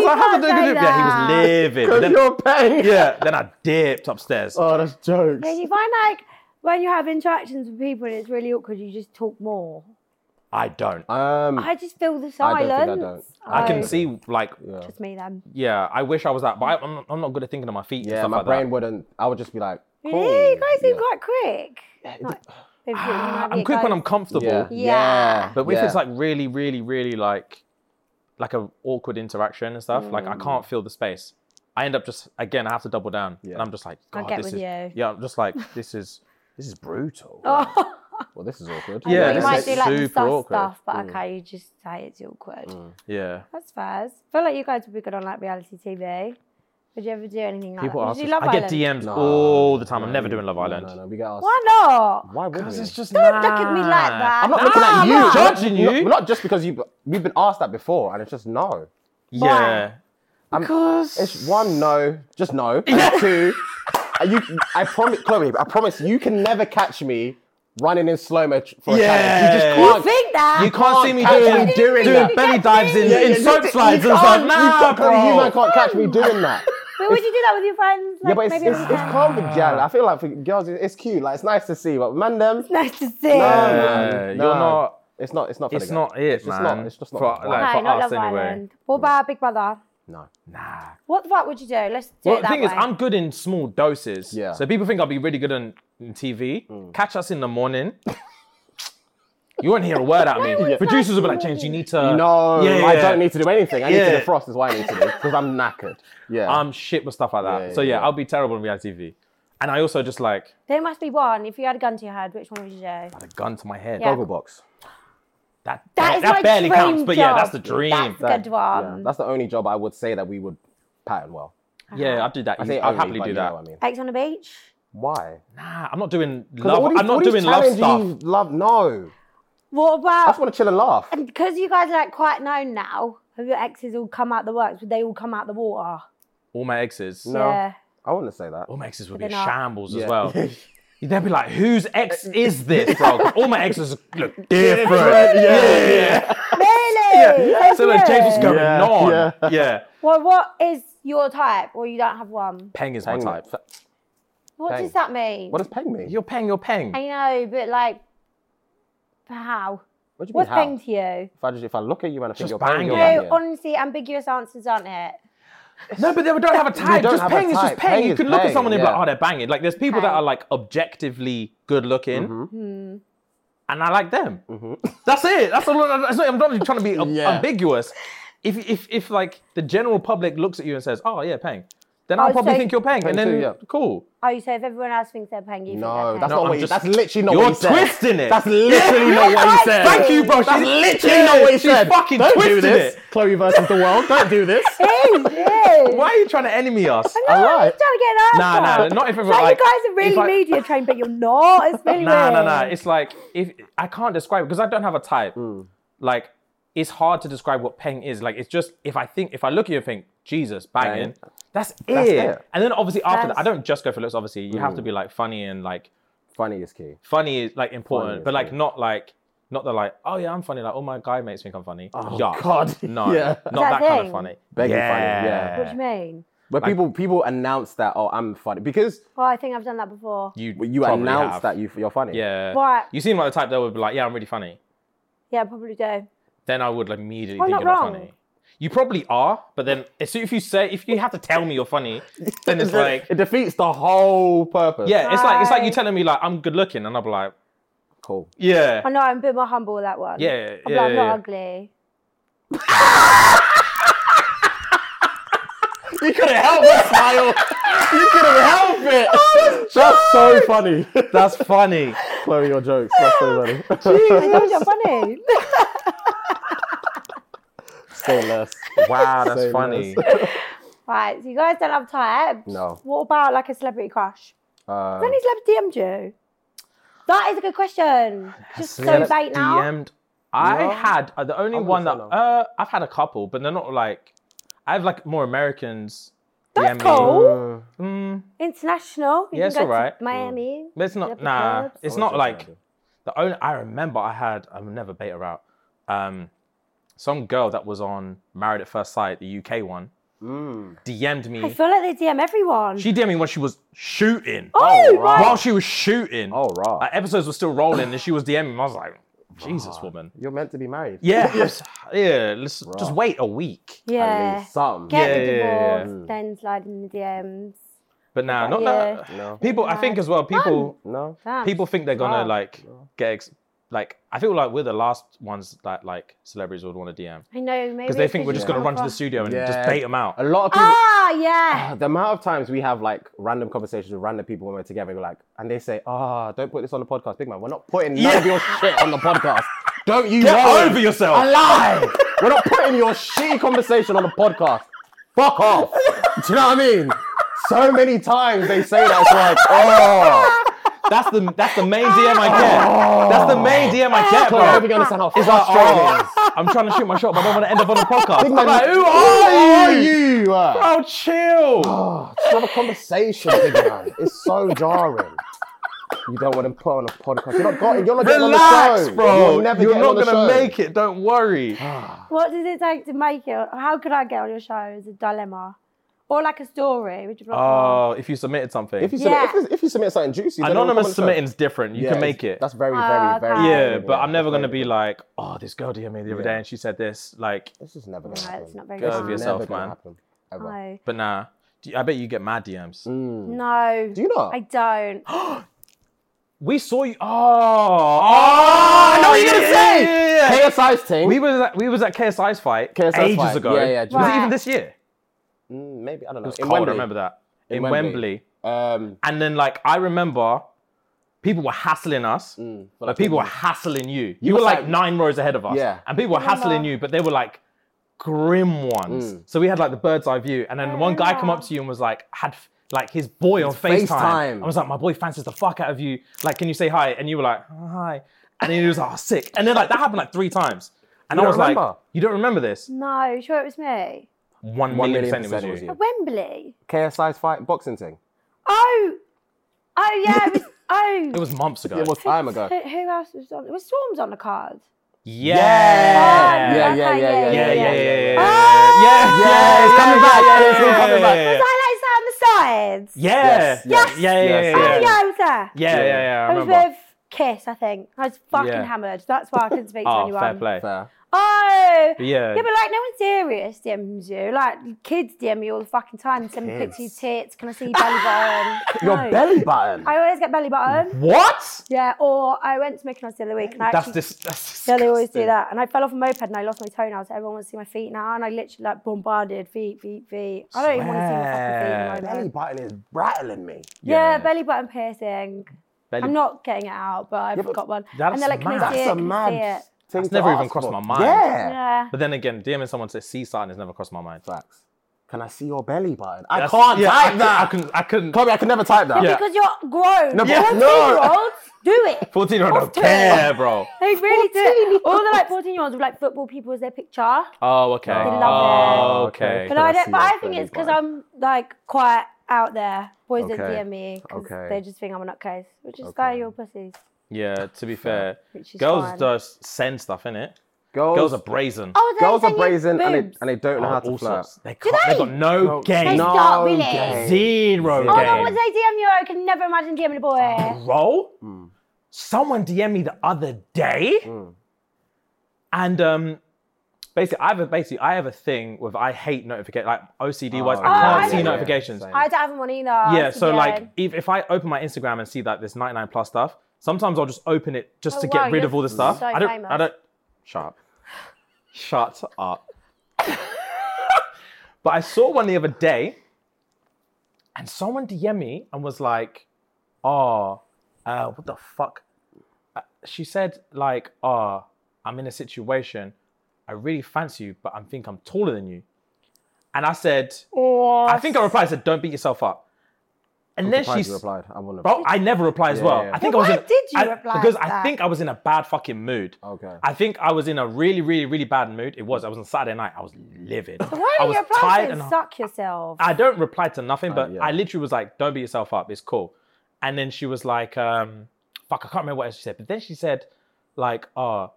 you I can't have to do say it. Yeah, that. he was livid. But Then, You're paying. yeah, then I dipped upstairs. Oh, that's jokes. Yeah, you find like when you have interactions with people and it's really awkward, you just talk more. I don't. I, Um, I just feel the I silence. don't think I don't. I can Oh, see, like, yeah. Just me then. I wish I was that, but I, I'm, not, I'm not good at thinking on my feet. and yeah, stuff my like brain That. wouldn't. I would just be like, cool. Really? You guys seem Yeah. quite quick. Not- if you- Ah, maybe I'm it quick when goes- I'm comfortable, Yeah. Yeah. but if yeah. it's like really, really, really like, like a awkward interaction and stuff, like I Mm. can't feel the space. I end up just again. I have to double down, Yeah. and I'm just like, I God, get this with is you. yeah. I'm just like, this is this is brutal. Oh, well, this is awkward. Yeah, you this might is do like the super sus awkward. Mm. stuff, but okay, you just say it's awkward. Yeah. That's fair. feel like you guys would be good on like reality TV. Would you ever do anything like People that? ask. Would you us- do Love I get Island? DMs No, all the time. I'm no, never you- doing Love Island. No, no, we get asked. Why not? Why would we? just Don't look at me like that. I'm not Nah, looking at you. I'm not. Ah! Judging No, you. Not just because you. We've been asked that before, and it's just no. Yeah. Because it's one no, just no. And two, and you. I promise, Chloe. I promise you can never catch me running in slow mo for a challenge. You just Yeah. You can't. think that? You can't see me How doing, can you doing, do that? belly dives in, Yeah, in yeah, soap slides. You and it's like, can't- you nah, can't- bro. Chloe, You man can't catch me doing that. But would you do that with your friends? Like, yeah, but it's, maybe it's, on it's the weekend? calm Ah. with gal. I feel like for girls, it- it's cute. Like it's nice to see, but man, them. Nice to see. No. Yeah, man. you're Nah. not. It's not. It's not. For It's the not guy. it, it's Just man. not, it's just not. For- the vibe. like- No, for not us Love anyway. Island. What about Big Brother? no. Nah. What the fuck would you do? Let's do Well, it the that thing way. is, I'm good in small doses. Yeah. Hmm. So people think I'll be really good on in TV. Catch us in the morning. you won't hear a word out of me. Producers will be like, James, you need to. No, Yeah, I yeah. don't need to do anything. I need Yeah. Um, to defrost is what I need to do because I'm knackered. Yeah. I'm shit with stuff like that. Yeah, yeah, so yeah, yeah. I'll be terrible in reality TV. And I also just like There must be one. If you had a gun to your head, which one would you do? had a gun to my head. Yeah. Goggle box. That that, That is that my barely dream counts, but yeah, job. that's the dream. That's the That- good Yeah, one. that's the only job I would say that we would pattern well. yeah, I'd do that. I say I'd only, happily but do you that. know what I mean. Eggs on a beach. Why? Nah, I'm not doing 'Cause love. all these- I'm not all these doing love stuff. challenging Love? No. What I Oh. just about? want to chill and laugh. Because you guys are like quite known now. Have your exes all come out the works? Would they all come out the water? All my exes. No. Yeah. I wouldn't say that. All my exes would be They're not. shambles Yeah. as well. They'd be like, whose ex is this, bro? 'Cause All my exes look different. yeah, yeah, yeah. Really? They So like, James was do? going Yeah, on. Yeah. yeah. Well, what is your type? Or you don't have one? Peng is my Peng me. type. What Peng. does that mean? What does peng mean? You're Peng, you're Peng. I know, but like, how? What do you mean What's how? peng to you? If I, just, if I look at you and I think Just you're bang peng, you're it. No, bang, yeah. honestly, ambiguous answers aren't it? No, but they don't have a type. don't Just have a Peng is just type. Peng. Peng You is can look at Peng, someone and be like, yeah. oh, they're banging. Like, there's people that Okay. are like objectively good looking. Mm-hmm. Mm-hmm. And I like them. That's it. That's all. That's not, I'm not even trying to be ab- Yeah. ambiguous. If, if if like the general public looks at you and says, "Oh yeah, Peng," then I'll Oh, probably so- think you're Peng, and Peng then too, yeah. cool. Oh, so if everyone else thinks they're peng, you No, think that's they're not I'm what you just- That's literally not You're what he said. twisting it. That's literally not what he said. Thank you, bro. She's That's literally not what he she's said. fucking Don't do twisted this. it. Chloe versus the world. Don't do this. peng. you did. Why are you trying to enemy us? No, I I'm lied. just trying to get an Nah, answer. nah, not if it it's were like, like- you guys are if really I- media trained, but you're not. It's really No, weird. no, no. It's like if I can't describe because I don't have a type. Hmm. Like it's hard to describe what peng is. Like it's just if I think if I look at you and think Jesus banging, Bang. that's it. it. Hmm. And then obviously after that, I That's- don't just go for looks. Obviously, you have to be like funny and like Funny is key. funny is like important, is but like key. not like not the like oh yeah I'm funny like all my guy mates think I'm funny. Oh, Yuck. God. no, Yeah. not that that, kind thing? of funny. Begging funny, yeah. What do you mean? Where people people announce that oh I'm funny because Oh, I think I've done that before. You you probably announce have. that you you're funny. Yeah. Right. You seem like the type that would be like, yeah, I'm really funny. Yeah, I probably do. Then I would like, immediately I'm think not you're wrong. funny. You probably are, but then as soon if you say if you have to tell me you're funny, then it's like it defeats the whole purpose. yeah, it's like it's like you Right. telling me like I'm good looking, and I'll be like Cool. yeah, I know I'm a bit more humble with that one. Yeah, yeah, I'm, like, I'm yeah, not yeah. ugly. You couldn't help but smile. You couldn't help it. That's so funny. that's funny. Chloe, your jokes. That's so funny. I told you I'm funny. Say less. Wow, that's Say funny. less. right, so you guys don't have types. No. What about like a celebrity crush? Uh, Has any celebrity DM'd you? That is a good question. Just so Celebs bait now. DM'd. I No. had uh, the only wouldn't one say that no. uh, I've had a couple, but they're not like I have like more Americans. That's DMing. cool. mm, Mm, International. You Yeah, can it's go to alright. Miami. but it's not Leopard nah. clubs. It's I not wouldn't say like the only I remember I had I've never beta out. Um, some girl that was on Married at First Sight, the UK one, mm. DM'd me. I feel like they DM everyone. she DM'd me when she was shooting. oh, Oh, right. While she was shooting, Oh, right. like, episodes were still rolling, and she was DMing. me. I was like, Jesus, woman. You're meant to be married. Yeah, yeah. Let's just Right. wait a week. At Yeah. least some. Get Yeah, the yeah, yeah, yeah. divorce, then slide in the DMs. But now, not Yeah. that No. people. I think as well, people No. Damn. people think they're gonna Wow. like get ex- like. I feel like we're the last ones that like celebrities would want to DM I know, maybe because they it's think we're you just come gonna run to the across- studio and Yeah. just bait them out. A lot of people. Ah, yeah. The amount of times we have like random conversations with random people when we're together, we're like, and they say, "Ah, don't put this on the podcast, big man. We're not putting none of Yeah. your shit on the podcast. Don't you Get know it. over yourself. I lie. we're not putting your shitty conversation on the podcast. Fuck off. Do you know what I mean? So many times they say that. It's like, oh, That's the that's the main DM I get. That's the main DM I get, Chloe, I don't think bro. you understand how It's like, frustrating it is. oh, I'm trying to shoot my shot, but I don't want to end up on a podcast. I'm Big man, like, who are are you? you? Uh, Oh, chill. oh, just have a conversation, big man. It's so jarring. You don't want to put on a podcast. You're not, got, you're not getting on the Relax, show. bro. You're, You're, never not going to gonna make it. Don't worry. What does it take to make it? How could I get on your show? Is a dilemma, or like a story? Would you rather? Oh, if you submitted something, If you, submit, Yeah. if, you- if you submit something juicy, then it'll come on anonymous the show. submitting is different. You Yeah, can it's- make it. That's very, Ah, very, okay. very. yeah, different, but I'm never That's gonna very be different. like, oh, this girl DM'd me the other Yeah. day and she said this. Like, This is never gonna No, happen. it's not very This good. is Go for yourself, never gonna man. happen, ever. Mm. no, but nah. Do you- I bet you get mad DMs. no. Do you not? I don't. We saw you. Oh, oh, I know what you're gonna yeah, say. yeah, yeah, yeah. KSI's team. We was at, we was at KSI's fight KSI's ages fight. ago. Yeah, yeah, Was Right. it even this year? Mm, maybe I don't know. It was In cold. I Wembley. remember that in, Wembley. Wembley. Um, And then like I remember, people were hassling us. but Like people were hassling you. You, was were like like- nine rows ahead of us. Yeah. And people were hassling you, but they were like grim ones. So we had like the bird's eye view. And then one guy come up to you and was like, had like his boy on FaceTime. FaceTime. I was like, my boy fancies the fuck out of you. Like, can you say hi? And you were like, "Oh, hi. And then he was like, oh, sick. And then like that happened like three times. And You I don't was like, remember? you don't remember this? No, sure it was me. One One million million percent it was percent you. it was you. Wembley. KSI's fight boxing thing. Oh, oh yeah. It was, oh, It was months ago. It was time ago. Who, who else was on? Was Storms on the card? Yeah. Yeah, yeah, yeah, yeah, yeah, Okay, Yeah, yeah, yeah, yeah, yeah, yeah, yeah, Ah! Yeah, it's coming back, yeah, it's all coming back. yeah, Was I like sat on the sides? Yeah. Yes, yes, yeah, yeah, yes. yeah, Oh yeah, yeah, I was there. Yeah, yeah, yeah. I I was remember. with Kiss, I think. I was fucking Yeah. hammered. That's why I couldn't speak to Oh, anyone. fair play. Fair. Oh, But yeah. but like no one's serious DMs you. Like kids DM you all the fucking time. Send me pictures of your tits. Can I see your belly button? Your No. belly button. I always get belly button. What? Yeah. Or I went to Mykonos the other week and I Mm-hmm. That's actually. dis- that's yeah, they always do disgusting. that. And I fell off a moped and I lost my toenail, so everyone wants to see my feet now. And I literally like bombarded feet, feet, feet. I don't even want to see my Swear. fucking feet. in the belly moment. button is rattling me. Yeah, Yeah. belly button piercing. Belly- I'm not getting it out, but I've but got one. that's and they're like, can mad. I see That's it? a Can mad I see it? thing. That's to never even ask crossed for. my mind. Yeah. Yeah. But then again, DMing someone to see something has never crossed my mind. Facts. Can I see your belly button? I That's- can't yeah, I type cou- that. I couldn't. I couldn't. Kobe, I can never type that. Yeah. Because you're grown. No, but- 14 year olds do it. 14 year old Off don't to it. care, bro. They really do it. All the like 14 year olds with like football people as their picture. Oh, okay. love oh, it. okay. But I I, see don't, but that I think fully it's because fine. I'm like quite out there. Boys don't Okay. DM me 'cause Okay. they just think I'm a nutcase, which is guy your pussies. Yeah, to be fair, Which is girls fine. does send stuff in it. Girls, Girls are Oh, brazen. Oh, they girls are send you brazen and they, boobs. and they don't know how to flirt. They can't, they? they? got no, They game. No start with it. game. Zero Oh no, game. what they DM you? I can never imagine DMing a boy. Um, Bro, someone DM me the other day, and um, basically, I have a basically I have a thing with I hate notification like OCD wise. Oh, I yeah, can't yeah, see yeah, notifications. same. I don't have one either. Yeah, so again. like if, if I open my Instagram and see that there's 99 plus stuff, sometimes I'll just open it just Oh, to wow, get rid you're of all the so stuff. I don't. I famous. don't. Shut up. Shut up. but I saw one the other day, and someone DM me and was like, "Oh, uh, what the fuck?" Uh, she said like, "Oh, I'm in a situation. I really fancy you, but I think I'm taller than you." And I said, I think I replied, I said, don't beat yourself up. And then Surprised she's, you replied. I wonder. bro, I never reply as Yeah, well. yeah. I think But I was why in, did you I- reply Because to I that? think I was in a bad fucking mood. Okay. I think I was in a really, really, really bad mood. It was. I was on Saturday night. I was livid. why I do was you apply tired to and suck yourself? I don't reply to nothing, but yeah. I literally was like, don't beat yourself up. It's cool. And then she was like, um, fuck, I can't remember what else she said. But then she said, like, oh,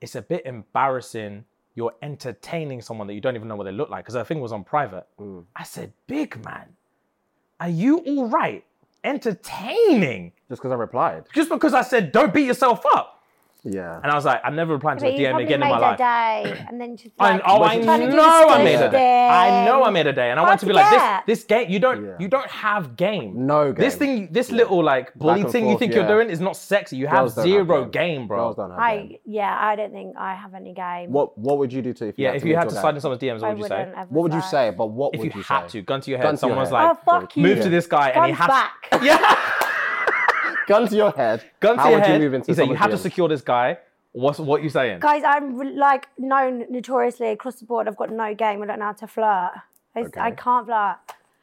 it's a bit embarrassing. You're entertaining someone that you don't even know what they look like. Because her thing was on private. I said, big man, are you all right? Entertaining. Just because I replied. Just because I said, don't beat yourself up. Yeah. And I was like, I'm never replying to But a you DM probably again made in my her life. day, and then she's And like, oh, I "You're trying to do know I this made a day. I know I made a day, and I want Hard to to be like get. this. This game, you don't, Yeah. you don't have game. No This game. thing, this little like bully and thing you forth, think yeah. you're doing is not sexy. You Girls have don't have zero game. game, bro. Girls don't have game. I yeah, I don't think I have any game. What What would you do to if you yeah, had if to you meet had your to guy? slide in someone's DMs, what I would you say? wouldn't ever What would you sigh. say? But what If would you say? had to, gun to your Gun head, to your someone's head. like, Oh fuck you! move to this guy, and he Guns has back. yeah, Gun to your head. gun to How your would head. you move into he said, you someone's have to DMs? secure this guy. What's what you saying? Guys, I'm re- like known notoriously across the board. I've got no game. I don't know how to flirt. I, s- I Okay. can't flirt.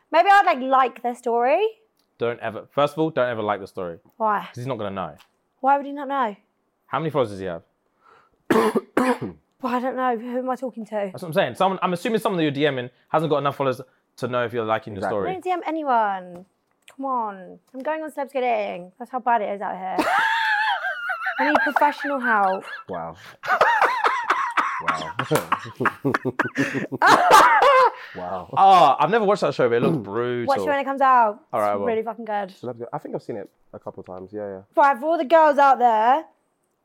Maybe I'd like like their story. Don't ever. First of all, don't ever like the story because Why? he's not gonna know. Why would he not know? How many followers does he have? Well, I don't know. Who am I talking to? That's what I'm saying. Someone, I'm assuming someone that you're DMing hasn't got enough followers to know if you're liking Exactly. the I story. don't DM anyone. Come on. I'm going on celebs getting. That's how bad it is out here. I need professional help. Wow. wow. wow. Ah, I've never watched that show, but it looks brutal. Watch it when it comes out. All right, it's well. really fucking good. I think I've seen it a couple of times. Yeah, yeah. Right, for all the girls out there,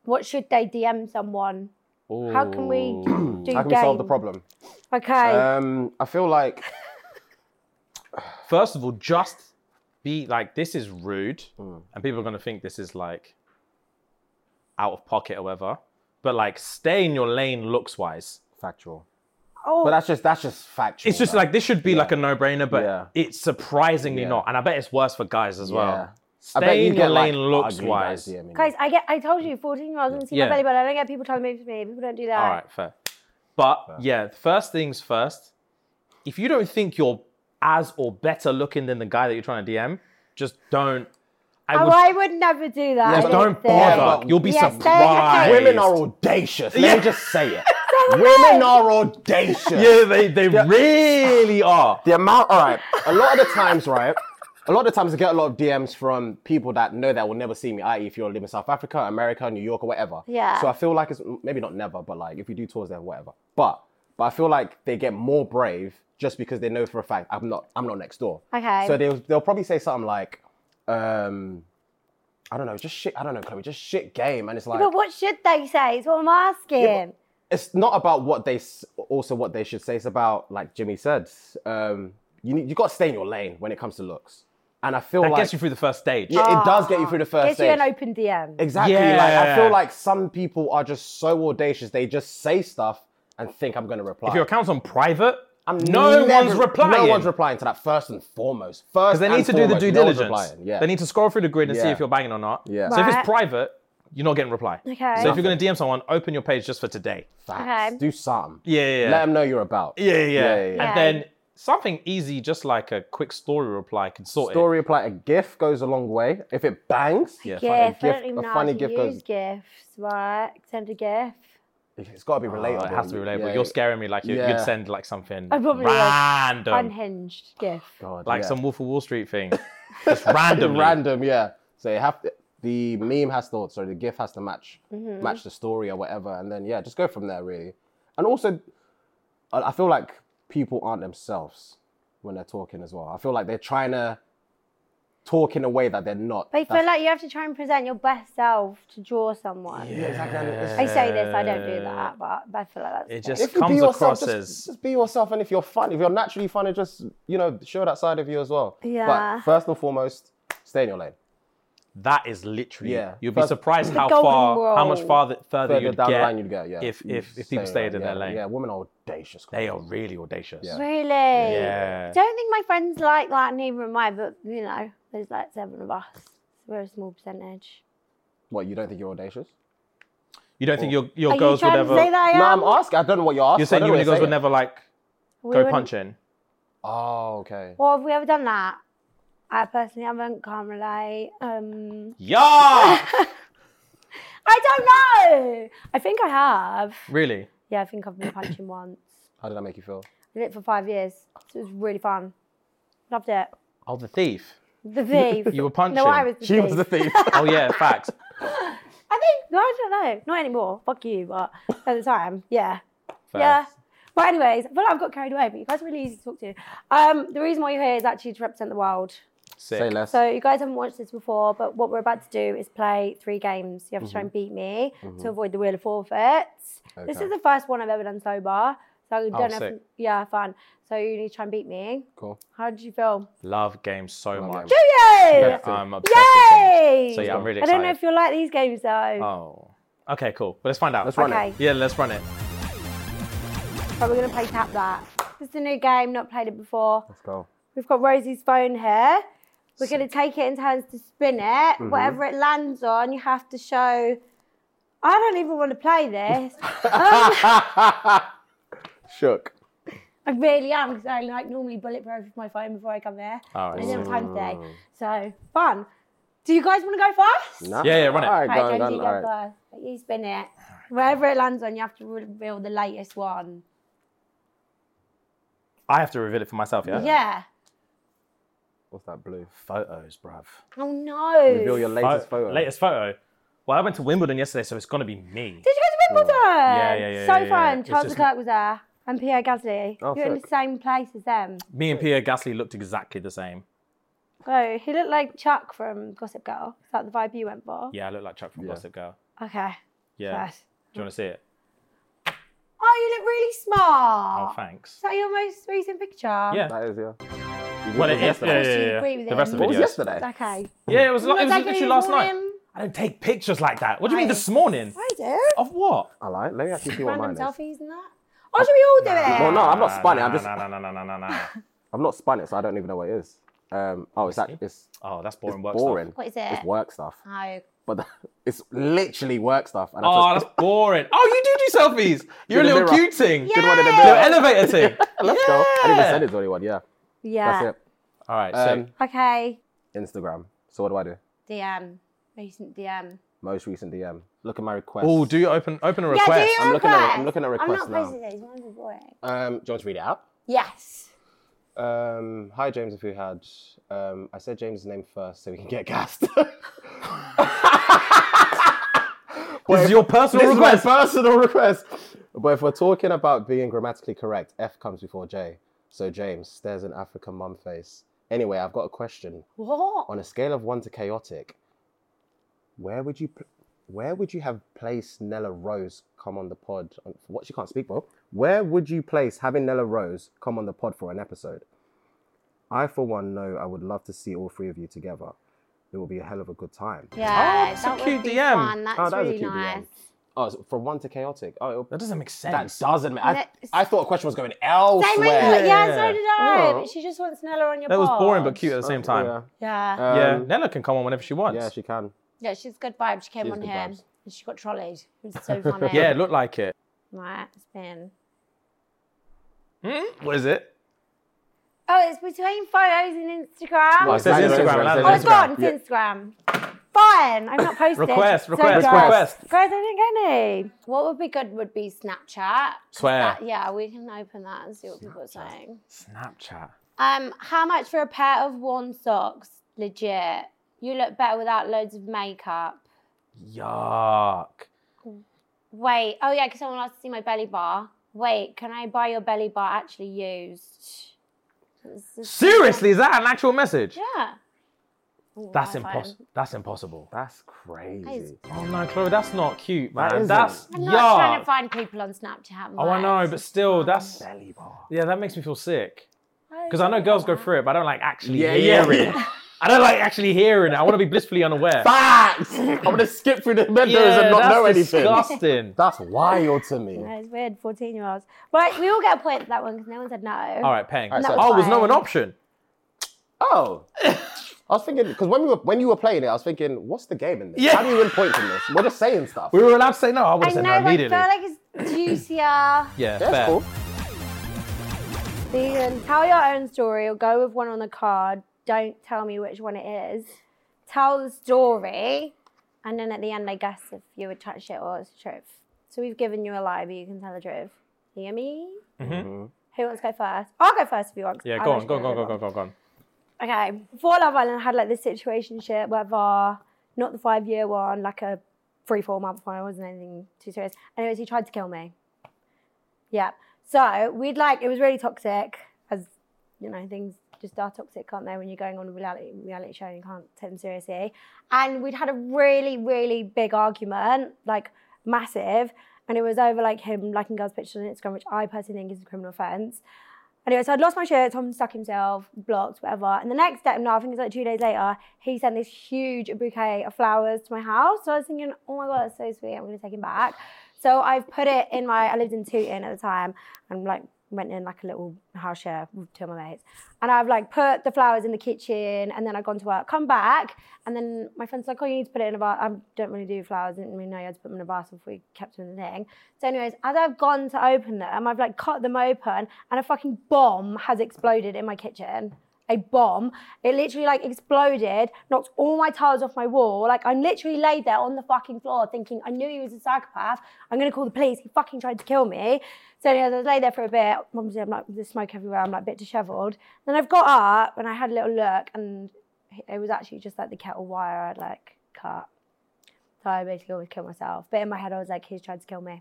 what should they DM someone? How can we Ooh. do How can we solve the game? problem? Okay. Um, I feel like First of all, just be like, this is rude, Mm. and people are gonna think this is like out of pocket or whatever. But like, stay in your lane, looks wise. factual, oh, but that's just that's just factual. It's just man. like this should be like a no-brainer, but Yeah. it's surprisingly Yeah. not. And I bet it's worse for guys as Yeah. well. I bet Stay you in your get, like, lane, looks ugly wise. DMing you. guys, I get. I told you, 14 year olds want to see Yeah. my belly button. I don't get people trying to move to me. People don't do that. All right, fair. But yeah, first things first. If you don't think you're as or better looking than the guy that you're trying to DM, just don't. I Oh, would, I would never do that. I just don't don't think. bother. but- You'll be Yeah, stay- surprised. Women are audacious. Let Yeah. me just say it. Women are audacious. Yeah, they, they really are. The amount, all right. A lot of the times, right? A lot of the times, I get a lot of DMs from people that know that will never see me. I.e., if you're living in South Africa, America, New York, or whatever. Yeah. So I feel like it's maybe not never, but like if you do tours there, whatever. But but I feel like they get more brave just because they know for a fact I'm not I'm not next door. Okay. So they'll they'll probably say something like, um, I don't know, just shit. I don't know, Chloe, just shit game, and it's like But what should they say? Is what I'm asking. it's not about what they s- also what they should say. It's about like Jimmy said, um, you need, you got to stay in your lane when it comes to looks. And I feel That like gets you through the first stage. yeah, it does get you through the first Gives Ah, you stage. an open DM. exactly. Like I Yeah. feel like some people are just so audacious. They just say stuff and think I'm going to reply. If your account's on private, I'm no never- one's replying. No one's replying to that first and foremost. First, They need and to do the foremost, due no one's diligence. replying. Yeah. They need to scroll through the grid and see Yeah. if you're banging or not. Yeah. So if Right. it's private, you're not getting reply. Okay. So if you're going to DM someone, open your page just for today. Facts. Okay. do something. Yeah, yeah, yeah. Let them know you're about. Yeah, yeah, yeah. yeah, yeah. And then something easy, just like a quick story reply, can sort Story apply a GIF goes a long way. If it bangs, it. Yeah, fine. GIF. I GIF, don't even a know how funny to GIF use goes- GIFs, right? Send a GIF. it's got to be relatable. Oh, it has to be relatable. Yeah. You're scaring me. Like you, Yeah. you'd send like something I probably would. random, Unhinged GIF. God, like yeah. some Wolf of Wall Street thing, just random. random, yeah. So you have to, the meme has to, sorry, the GIF has to match, Mm-hmm. match the story or whatever, and then yeah, just go from there really. And also, I I feel like people aren't themselves when they're talking as well. I feel like they're trying to talk in a way that they're not. But you That's- feel like you have to try and present your best self to draw someone. yeah, exactly. and it's- I say this, I don't do that, but I feel like that's. It the just case. If you comes be yourself, across just, as- just be yourself, and if you're fun, if you're naturally funny, just you know show that side of you as well. Yeah. But first and foremost, stay in your lane. That is literally. Yeah. You'll But- be surprised how golden far, how much rule. farther, further, Further you'd down get the line, you'd go. Yeah. if- You if- if people stay stayed in yeah, their lane. Yeah, women are audacious. They are really audacious. Yeah. Really? Yeah. Don't think my friends like that, neither am I, but you know, there's like seven of us. We're a small percentage. What you don't think you're audacious? You don't think your your Are girls you would trying ever? to say that I No, am? I'm asking. I don't know what you're asking. You're saying I you don't and your know girls what would never like We go wouldn't- punching. Oh, okay. Well, have we ever done that? I personally haven't, can't relate. Um, Yeah. I don't know. I think I have. really? Yeah, I think I've been punching once. How did that make you feel? I did it for five years. So it was really fun. Loved it. Oh, the thief. The thief. You were punching. No, I was the She thief. was the thief. Oh yeah, facts. I think, no, I don't know. Not anymore. Fuck you, but at the time, yeah. Fair. Yeah. But anyways, I feel like I've got carried away, but you guys are really easy to talk to. Um, the reason why you're here is actually to represent the world. Sick. Say less. So you guys haven't watched this before, but what we're about to do is play three games. You have to try and beat Mm-hmm. me to avoid the wheel of forfeits. This Okay. is the first one I've ever done sober. So I don't know Oh, sick. if, yeah, fun. So you need to try and beat me. cool. How did you feel? Love games so Love much. games. Do you? Yeah, I'm obsessed Yay! with games. So yeah, I'm really I excited. don't know if you'll like these games though. Oh. Okay, cool. Well, let's find out. Let's run Okay. it. Yeah, let's run it. But we're gonna play tap that. This is a new game, not played it before. Let's go. We've got Rosie's phone here. We're going to take it in turns to spin it. Mm-hmm. Whatever it lands on, you have to show. I don't even want to play this. um, Shook. I really am because I like normally bullet proof my phone before I come here. All I right. didn't have time today, Oh. so fun. Do you guys want to go first? Nah. Yeah, yeah, run it. All right, Right, go on, James, go you on, go all right. first. But you spin it. Wherever it lands on, you have to reveal the latest one. I have to reveal it for myself, yeah? Yeah. What's that blue? Photos, bruv. Oh no. Reveal your latest Pho- photo. Latest photo. Well, I went to Wimbledon yesterday, so it's gonna be me. Did you go to Wimbledon? Yeah, yeah, yeah, So yeah, yeah. fun. It's Charles just- Leclerc was there and Pierre Gasly. Oh, You're in the sick. same place as them. Me and Pierre Gasly looked exactly the same. Oh, he looked like Chuck from Gossip Girl. Is that the vibe you went for? Yeah, I look like Chuck from Yeah. Gossip Girl. Okay. Yeah. First. Do you wanna see it? Oh, you look really Oh, smart. thanks. Is that your most recent picture? Yeah. That is yeah. Well, it is. yesterday. Yeah, yeah, Do you yeah. agree with The rest of him? the What was videos. yesterday? Okay. Yeah, it was. It was Like literally you last bought night. him? I don't take pictures like that. What do you mean Right. this morning? I do. Of what? I like. Let me actually see what mine Random is. selfies and that. Oh, should we all do it? Well, no, Oh, I'm not Nah, spun it. nah, I'm just. nah, nah, nah, nah, nah, nah, nah. I've not spun it, so I don't even know what it is. Um. Oh, it's that. see. It's Oh, that's it's boring work. stuff. boring. What is It's it? work stuff. Oh, But it's literally work stuff. And I Oh, just- that's boring. Oh, you do do selfies. You're a the little mirror. cute thing. Did one in the Little mirror. elevator thing. Let's go. I didn't even send it to anyone. Yeah. yeah. That's All right, it. so Um, Okay. Instagram. So what do I do? DM. Recent DM. Most recent DM. Look at my request. oh, do you open open a Yeah, request? do you I'm looking at- I'm request? looking at requests I'm now. not posting these. Mine's are boring. Um, do you want to read it out? Yes. Um, hi James, if you had, um, I said James's name first so we can get gassed. This is your personal this request. is my personal request. But if we're talking about being grammatically correct, F comes before J. So James stares in Africa mum face. Anyway, I've got a question. What? On a scale of one to chaotic, where would you, pl- where would you have placed Nella Rose come on the pod? on- What she can't speak, Bob. Where would you place having Nella Rose come on the pod for an episode? I, for one, know I would love to see all three of you together. It will be a hell of a good time. Yeah, it's a that cute would be DM. fun. That's Oh, that was a really cute DM. nice. Oh, so from one to chaotic. Oh, it'll- That doesn't make that sense. doesn't matter. I, Let's- I thought the question was going Same way, elsewhere. yeah, yeah, so did I. Oh. But she just wants Nella on your That was pod. boring but cute at the same time. Yeah. Yeah. Um, yeah, Nella can come on whenever she wants. yeah, she can. yeah, she's good vibe. She came She's on good here vibes. and she got trolleyed. It was so funny. yeah, it looked like it. Right, spin. Hmm? What is it? Oh, it's between photos and Instagram. It says Right, Instagram, right, and right, that's Oh, right, it's gone. Instagram. It's Yeah. Instagram. Fine. I'm not posting. Request, So request, guys- request. Guys, I didn't get any. What would be good would be Snapchat. 'cause Swear. that- yeah, we can open that and see what people are saying. Snapchat. Um, how much for a pair of worn socks? Legit. You look better without loads of makeup. Yuck. Wait. Oh yeah, because someone asked to see my belly bar. Wait, can I buy your belly bar actually used? This is- Seriously, is that an actual message? Yeah. Ooh, That's my phone. impossible. That's impossible. That's crazy. Oh no, Chloe, that's not cute, That man. isn't. That's I'm not trying to yuck. find people on Snapchat. Oh, I know, Max. but still, that's Belly bar. yeah, that makes me feel sick. Because I know girls go through it, but I don't like actually Yeah, yeah. hearing. it. I don't like actually hearing it. I want to be blissfully unaware. Facts. I'm gonna skip through the meadows yeah, and not know that's anything. disgusting. That's wild to me. No, it's weird, 14 year olds. Right, we all get a point for that one because no one said no. All right, paying. All right, so- oh, was no an option. Oh. I was thinking because when we were when you were playing it, I was thinking, what's the game in this? Yeah. How do you win points in this? We're just saying stuff. We were allowed to say no. I would I have know, said no but I feel immediately. like it's juicier. yeah, That's fair. cool. Vegan, tell your own story or go with one on the card. Don't tell me which one it is. Tell the story, and then at the end, I guess if you were chat shit or it's the truth. So we've given you a lie, but you can tell the truth. Hear me? Mm-hmm. Mhm. Who wants to go first? I'll go first if you want. 'cause Yeah, I go on, actually go on, don't go on, go know on, go on, go on. Okay. Before Love Island, I had like this situation shit where VAR, not the five year one, like a three, four month one, it wasn't anything too serious. Anyways, he tried to kill me. Yeah. So we'd like, it was really toxic, as you know, things just are toxic, can't they, when you're going on a reality, reality show and you can't take them seriously. And we'd had a really, really big argument, like massive. And it was over like him liking girls' pictures on Instagram, which I personally think is a criminal offence. Anyway, so I'd lost my shirt, Tom stuck himself, blocked, whatever. And the next day, no, I think it's like two days later, he sent this huge bouquet of flowers to my house. So I was thinking, oh my God, that's so sweet, I'm gonna take him back. So I've put it in my, I lived in Tooting at the time, and like went in like a little house share with two of my mates. And I've like put the flowers in the kitchen, and then I've gone to work, come back, and then my friend's like, oh, you need to put it in a basket. I don't really do flowers, I didn't really know you had to put them in a basket if we kept them in the thing. So, anyways, as I've gone to open them, I've like cut them open, and a fucking bomb has exploded in my kitchen. A bomb. It literally like exploded, knocked all my tiles off my wall. Like I'm literally laid there on the fucking floor, thinking I knew he was a psychopath. I'm gonna call the police. He fucking tried to kill me. So anyways, I was laid there for a bit. Obviously, I'm like there's smoke everywhere. I'm like a bit dishevelled. Then I've got up and I had a little look, and it was actually just like the kettle wire I'd like cut. So I basically always kill myself. But in my head, I was like, he's tried to kill me.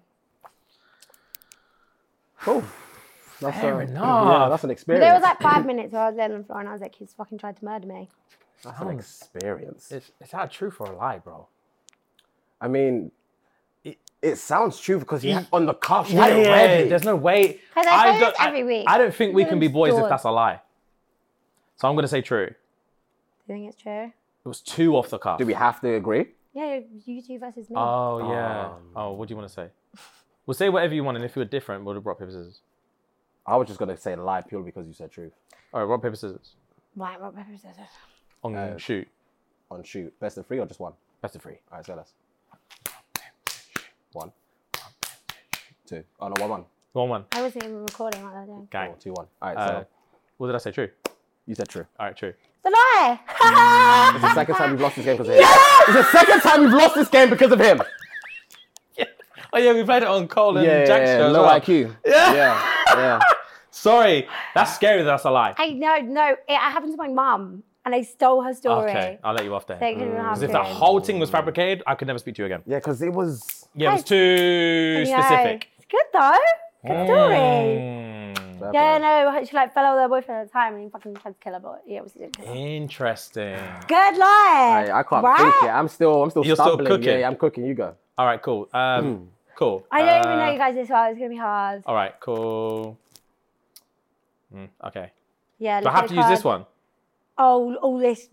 Cool. That's Fair a- enough. Yeah, that's an But experience. there was like five minutes where I was laying on the floor and I was like, he's fucking tried to murder me. that's an experience. Is, is that truth or a lie, bro? I mean, it, it sounds true because you're Yeah. on the cuff Yeah, already. there's no way. 'Cause I say don't- this every week. I don't think we Look at can them be boys if stored. that's a lie. So I'm gonna say true. It Do you think it's true? was two off the cuff. Do we have to agree? Yeah, you- you two versus me. Oh yeah. oh, what do you want to say? We'll say whatever you want, and if you were different, we'll have rock paper scissors. I was just gonna say lie purely because you said truth. All right, rock paper scissors. right, rock, paper, scissors. On shoot. On shoot, best of three or just one? Best of three. All right, say less. One, two. Oh no, one, one. One one. I wasn't even recording what I was doing. Gang. Oh, two, one. All right, Uh, so what did I say? True. you said true. All right, true. The lie! Mm. It's the second time we've lost this game because of him. It's the second time we've lost this game because of him. Oh yeah, we played it on Cole and Yeah, Jack's yeah, show. as low well. IQ. Yeah, yeah. Sorry, that's scary. That that's a lie. I know, no, it happened to my mum and I stole her story. Okay, I'll let you off there. They Mm. couldn't have Because if the been. whole thing was fabricated, I could never speak to you again. Yeah, because it was Yeah, it was Hey. too Yeah. specific. It's good though. Good story. Mm, Yeah, no, she like fell out with her boyfriend at the time and he fucking tried to kill her, but yeah, it was ridiculous. Interesting. Good lie! I, I can't right? think it. I'm still, I'm still You're still stumbling. cooking. yeah, yeah, I'm cooking. You go. All right, cool. Um, cool. I don't even know Uh, oh, you guys this well. It's gonna be hard. All right, cool. Mm, okay. Yeah, Do I have to use this one? Oh, all this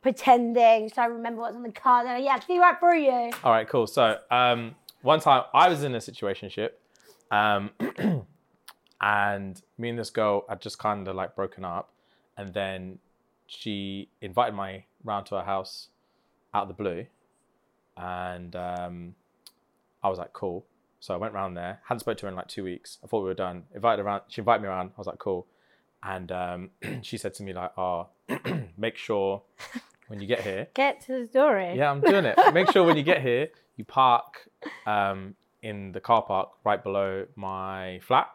pretending. So I remember what's on the card. Oh, yeah, see right through you. All right, cool. So um, one time I was in a situationship, um, and me and this girl had just kind of like broken up, and then she invited my round to her house out of the blue, and um, I was like, cool. So I went round there, hadn't spoke to her in like two weeks. I thought we were done. Invited her around, she invited me around. I was like, cool. and um, she said to me like, "Oh, make sure when you get here." Get to the story. Yeah, I'm doing it. Make sure when you get here, you park um, in the car park right below my flat.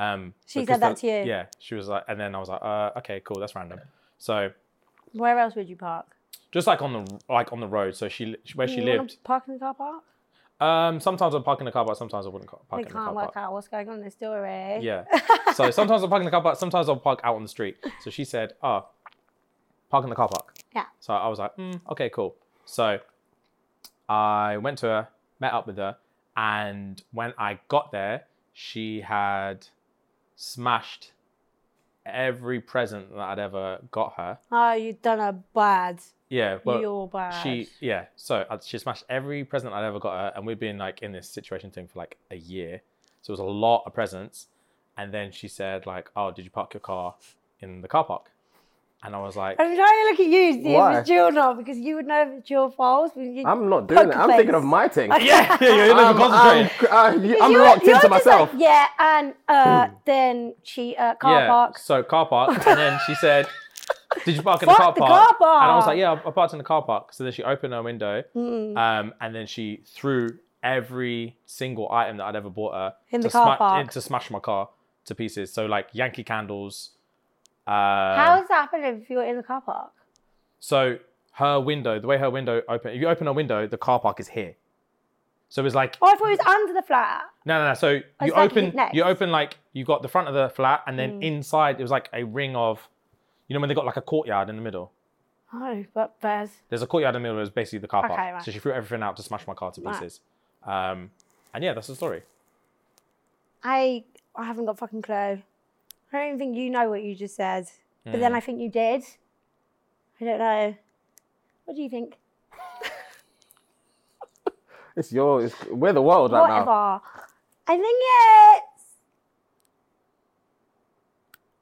Um, She because said that to you? Yeah, she was like, and then I was like, uh, "Okay, cool, that's random." So Where else would you park? just like on the like on the road. So she li- where she you wanna lived. Park in the car park? Um, sometimes I park in the car park. Sometimes I wouldn't ca- park We in the car can't park. work out what's going on in the story. Yeah. so sometimes I'll park in the car park, sometimes I'll park out on the street. So she said, Oh, park in the car park. Yeah. So I was like, mm, Okay, cool. So I went to her, met up with her, and when I got there, she had smashed every present that I'd ever got her. Oh, you done a bad. Yeah. Well, You're bad. she yeah so I, she smashed every present i'd ever got her and we've been like in this situation thing for like a year so it was a lot of presents and then she said like oh did you park your car in the car park and i was like I'm trying to look at you, see if Why? it's true or not, because you would know if it's your fault. You- I'm not doing it. Poker I'm thinking face. of my thing. yeah yeah you're not Um, I'm, even concentrating I'm, I'm, I'm You're- locked you're into just like, myself. yeah, and uh, then she uh, car yeah park. so car park and then she said did you park in the Fuck car, the park? car and i was park. like yeah i I parked in the car park so then she opened her window Mm. um, and then she threw every single item that I'd ever bought her In the to, car sma- park. in- to smash my car to pieces. So like Yankee candles. Uh, How does that happen if you're in the car park? So her window, the way her window open, if you open her window, the car park is here. So it's like Oh, I thought it was under the flat. no, no, no. So you Oh, it's like open, next. Mm. you open like you got the front of the flat, and then inside it was like a ring of, you know, when they got like a courtyard in the middle. Oh, but there's There's a courtyard in the middle. It was basically the car park. Okay, right. So she threw everything out to smash my car to Right. pieces. Um, and yeah, that's the story. I I haven't got fucking clue. I don't even think you know what you just said. But then I think you did. I don't know. What do you think? It's your. It's, we're the world right Whatever. now. I think it's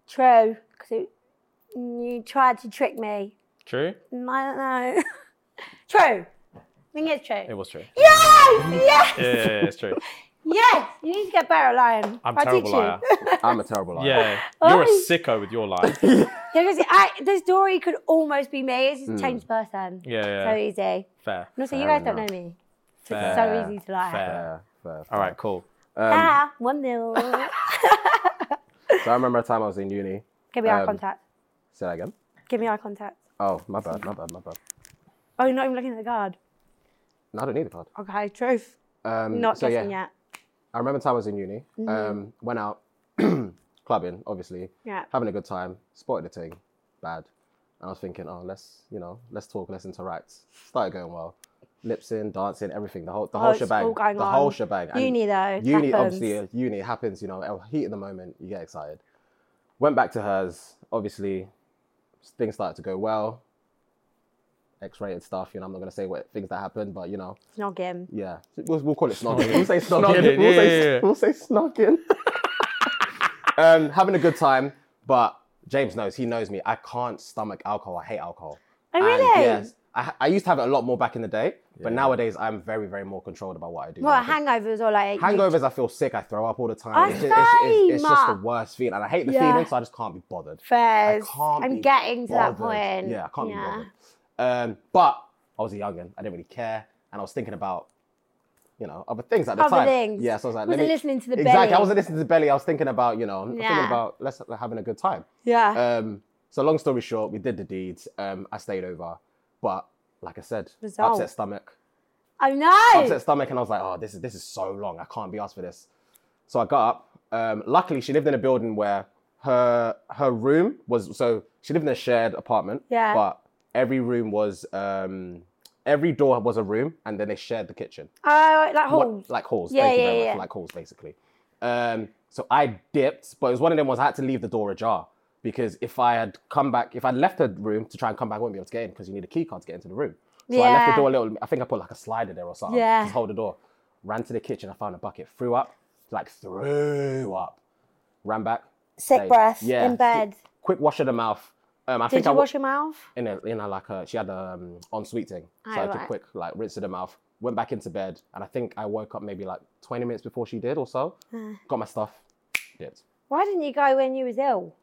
true because you tried to trick me. True. Mm, I don't know. true. I think it's true. It was true. yes, yes, Yeah, yeah, yeah, it's true. yes. You need to get better at lying. I'm I'll terrible teach you. liar. I'm a terrible liar. Yeah, you're a Oh. sicko with your lie. Because I, this story could almost be me. It's just a changed person. Yeah, yeah. So easy. Fair. And also, you Hmm. Fair guys don't know enough. me. So it's Fair. so easy to lie. Fair. Fair, fair, All right, cool. Um, Ah, one nil. so I remember a time I was in uni. Give me eye Um, contact. Say that again. Give me eye contact. Oh, my bad, my bad, my bad. Oh, you're not even looking at the guard. No, I don't need a card. Okay, truth. Um, Not Mm-hmm. so guessing yeah, yet. I remember a time I was in uni. Um, went out clubbing, obviously, Yeah. having a good time. Spotted a thing, bad. And I was thinking, oh, let's you know, let's talk, let's interact. Started going well. Lipsing, dancing, everything, the whole the whole Oh, it's all shebang, going the whole on. shebang. And- Uni though. uni happens. obviously uh, uni it happens you know at heat of the moment you get excited went back to hers obviously things started to go well x-rated stuff you know i'm not going to say what things that happened but you know Snogging. yeah we'll, we'll call it snogging we'll say snogging, Snogging, we'll, say, yeah, yeah, yeah. we'll say snogging um having a good time but james knows he knows me i can't stomach alcohol i hate alcohol Oh, And really? yes I, I used to have it a lot more back in the day but Yeah. nowadays i'm very very more controlled about what i do Well, I think- hangovers or like. Hangovers, I feel sick. I throw up all the time. I it's, just, it's, it's- it's just the same. worst feeling, and I hate the Yeah. feeling, so I just can't be bothered. Fairs. I can't I'm be getting to that Bothered. point. Yeah, I can't Yeah. be bothered. Um, but I was a youngin. I didn't really care, and I was thinking about, you know, other things at the Other time. things. Yeah, so I was like, let Wasn't me- listening to the exactly. I belly. wasn't listening to belly. I was thinking about, you know, I'm thinking Yeah. about let's having a good time. Yeah. Um, so long story short, we did the deeds. Um, I stayed over, but like I said, Result. upset stomach I know. upset stomach, and I was like, oh, this is this is so long. I can't be asked for this. So I got up. Um, luckily, she lived in a building where her her room was. So she lived in a shared apartment. Yeah. But every room was um, every door was a room, and then they shared the kitchen. Oh, like What- halls. like halls. Yeah, Thank you yeah, very yeah. much. Like halls, basically. Um, so I dipped, but it was one of them ones I had to leave the door ajar because if I had come back, if I left the room to try and come back, I wouldn't be able to get in because you need a key card to get into the room. So I left Yeah. the door a little. I think I put like a slider there or something. Yeah. Just hold the door. Ran to the kitchen. I found a bucket. Threw up. Like threw up. Ran back. Sick stayed. breath Yeah, in bed. Quick, quick wash of the mouth. Um, I Did think you I wa- wash your mouth? in a, in a like a, she had a um, ensuite thing. So Oh, I took right. quick like rinse of the mouth, went back into bed, and I think I woke up maybe like 20 minutes before she did or so. Got my stuff, dipped. Why didn't you go when you was ill?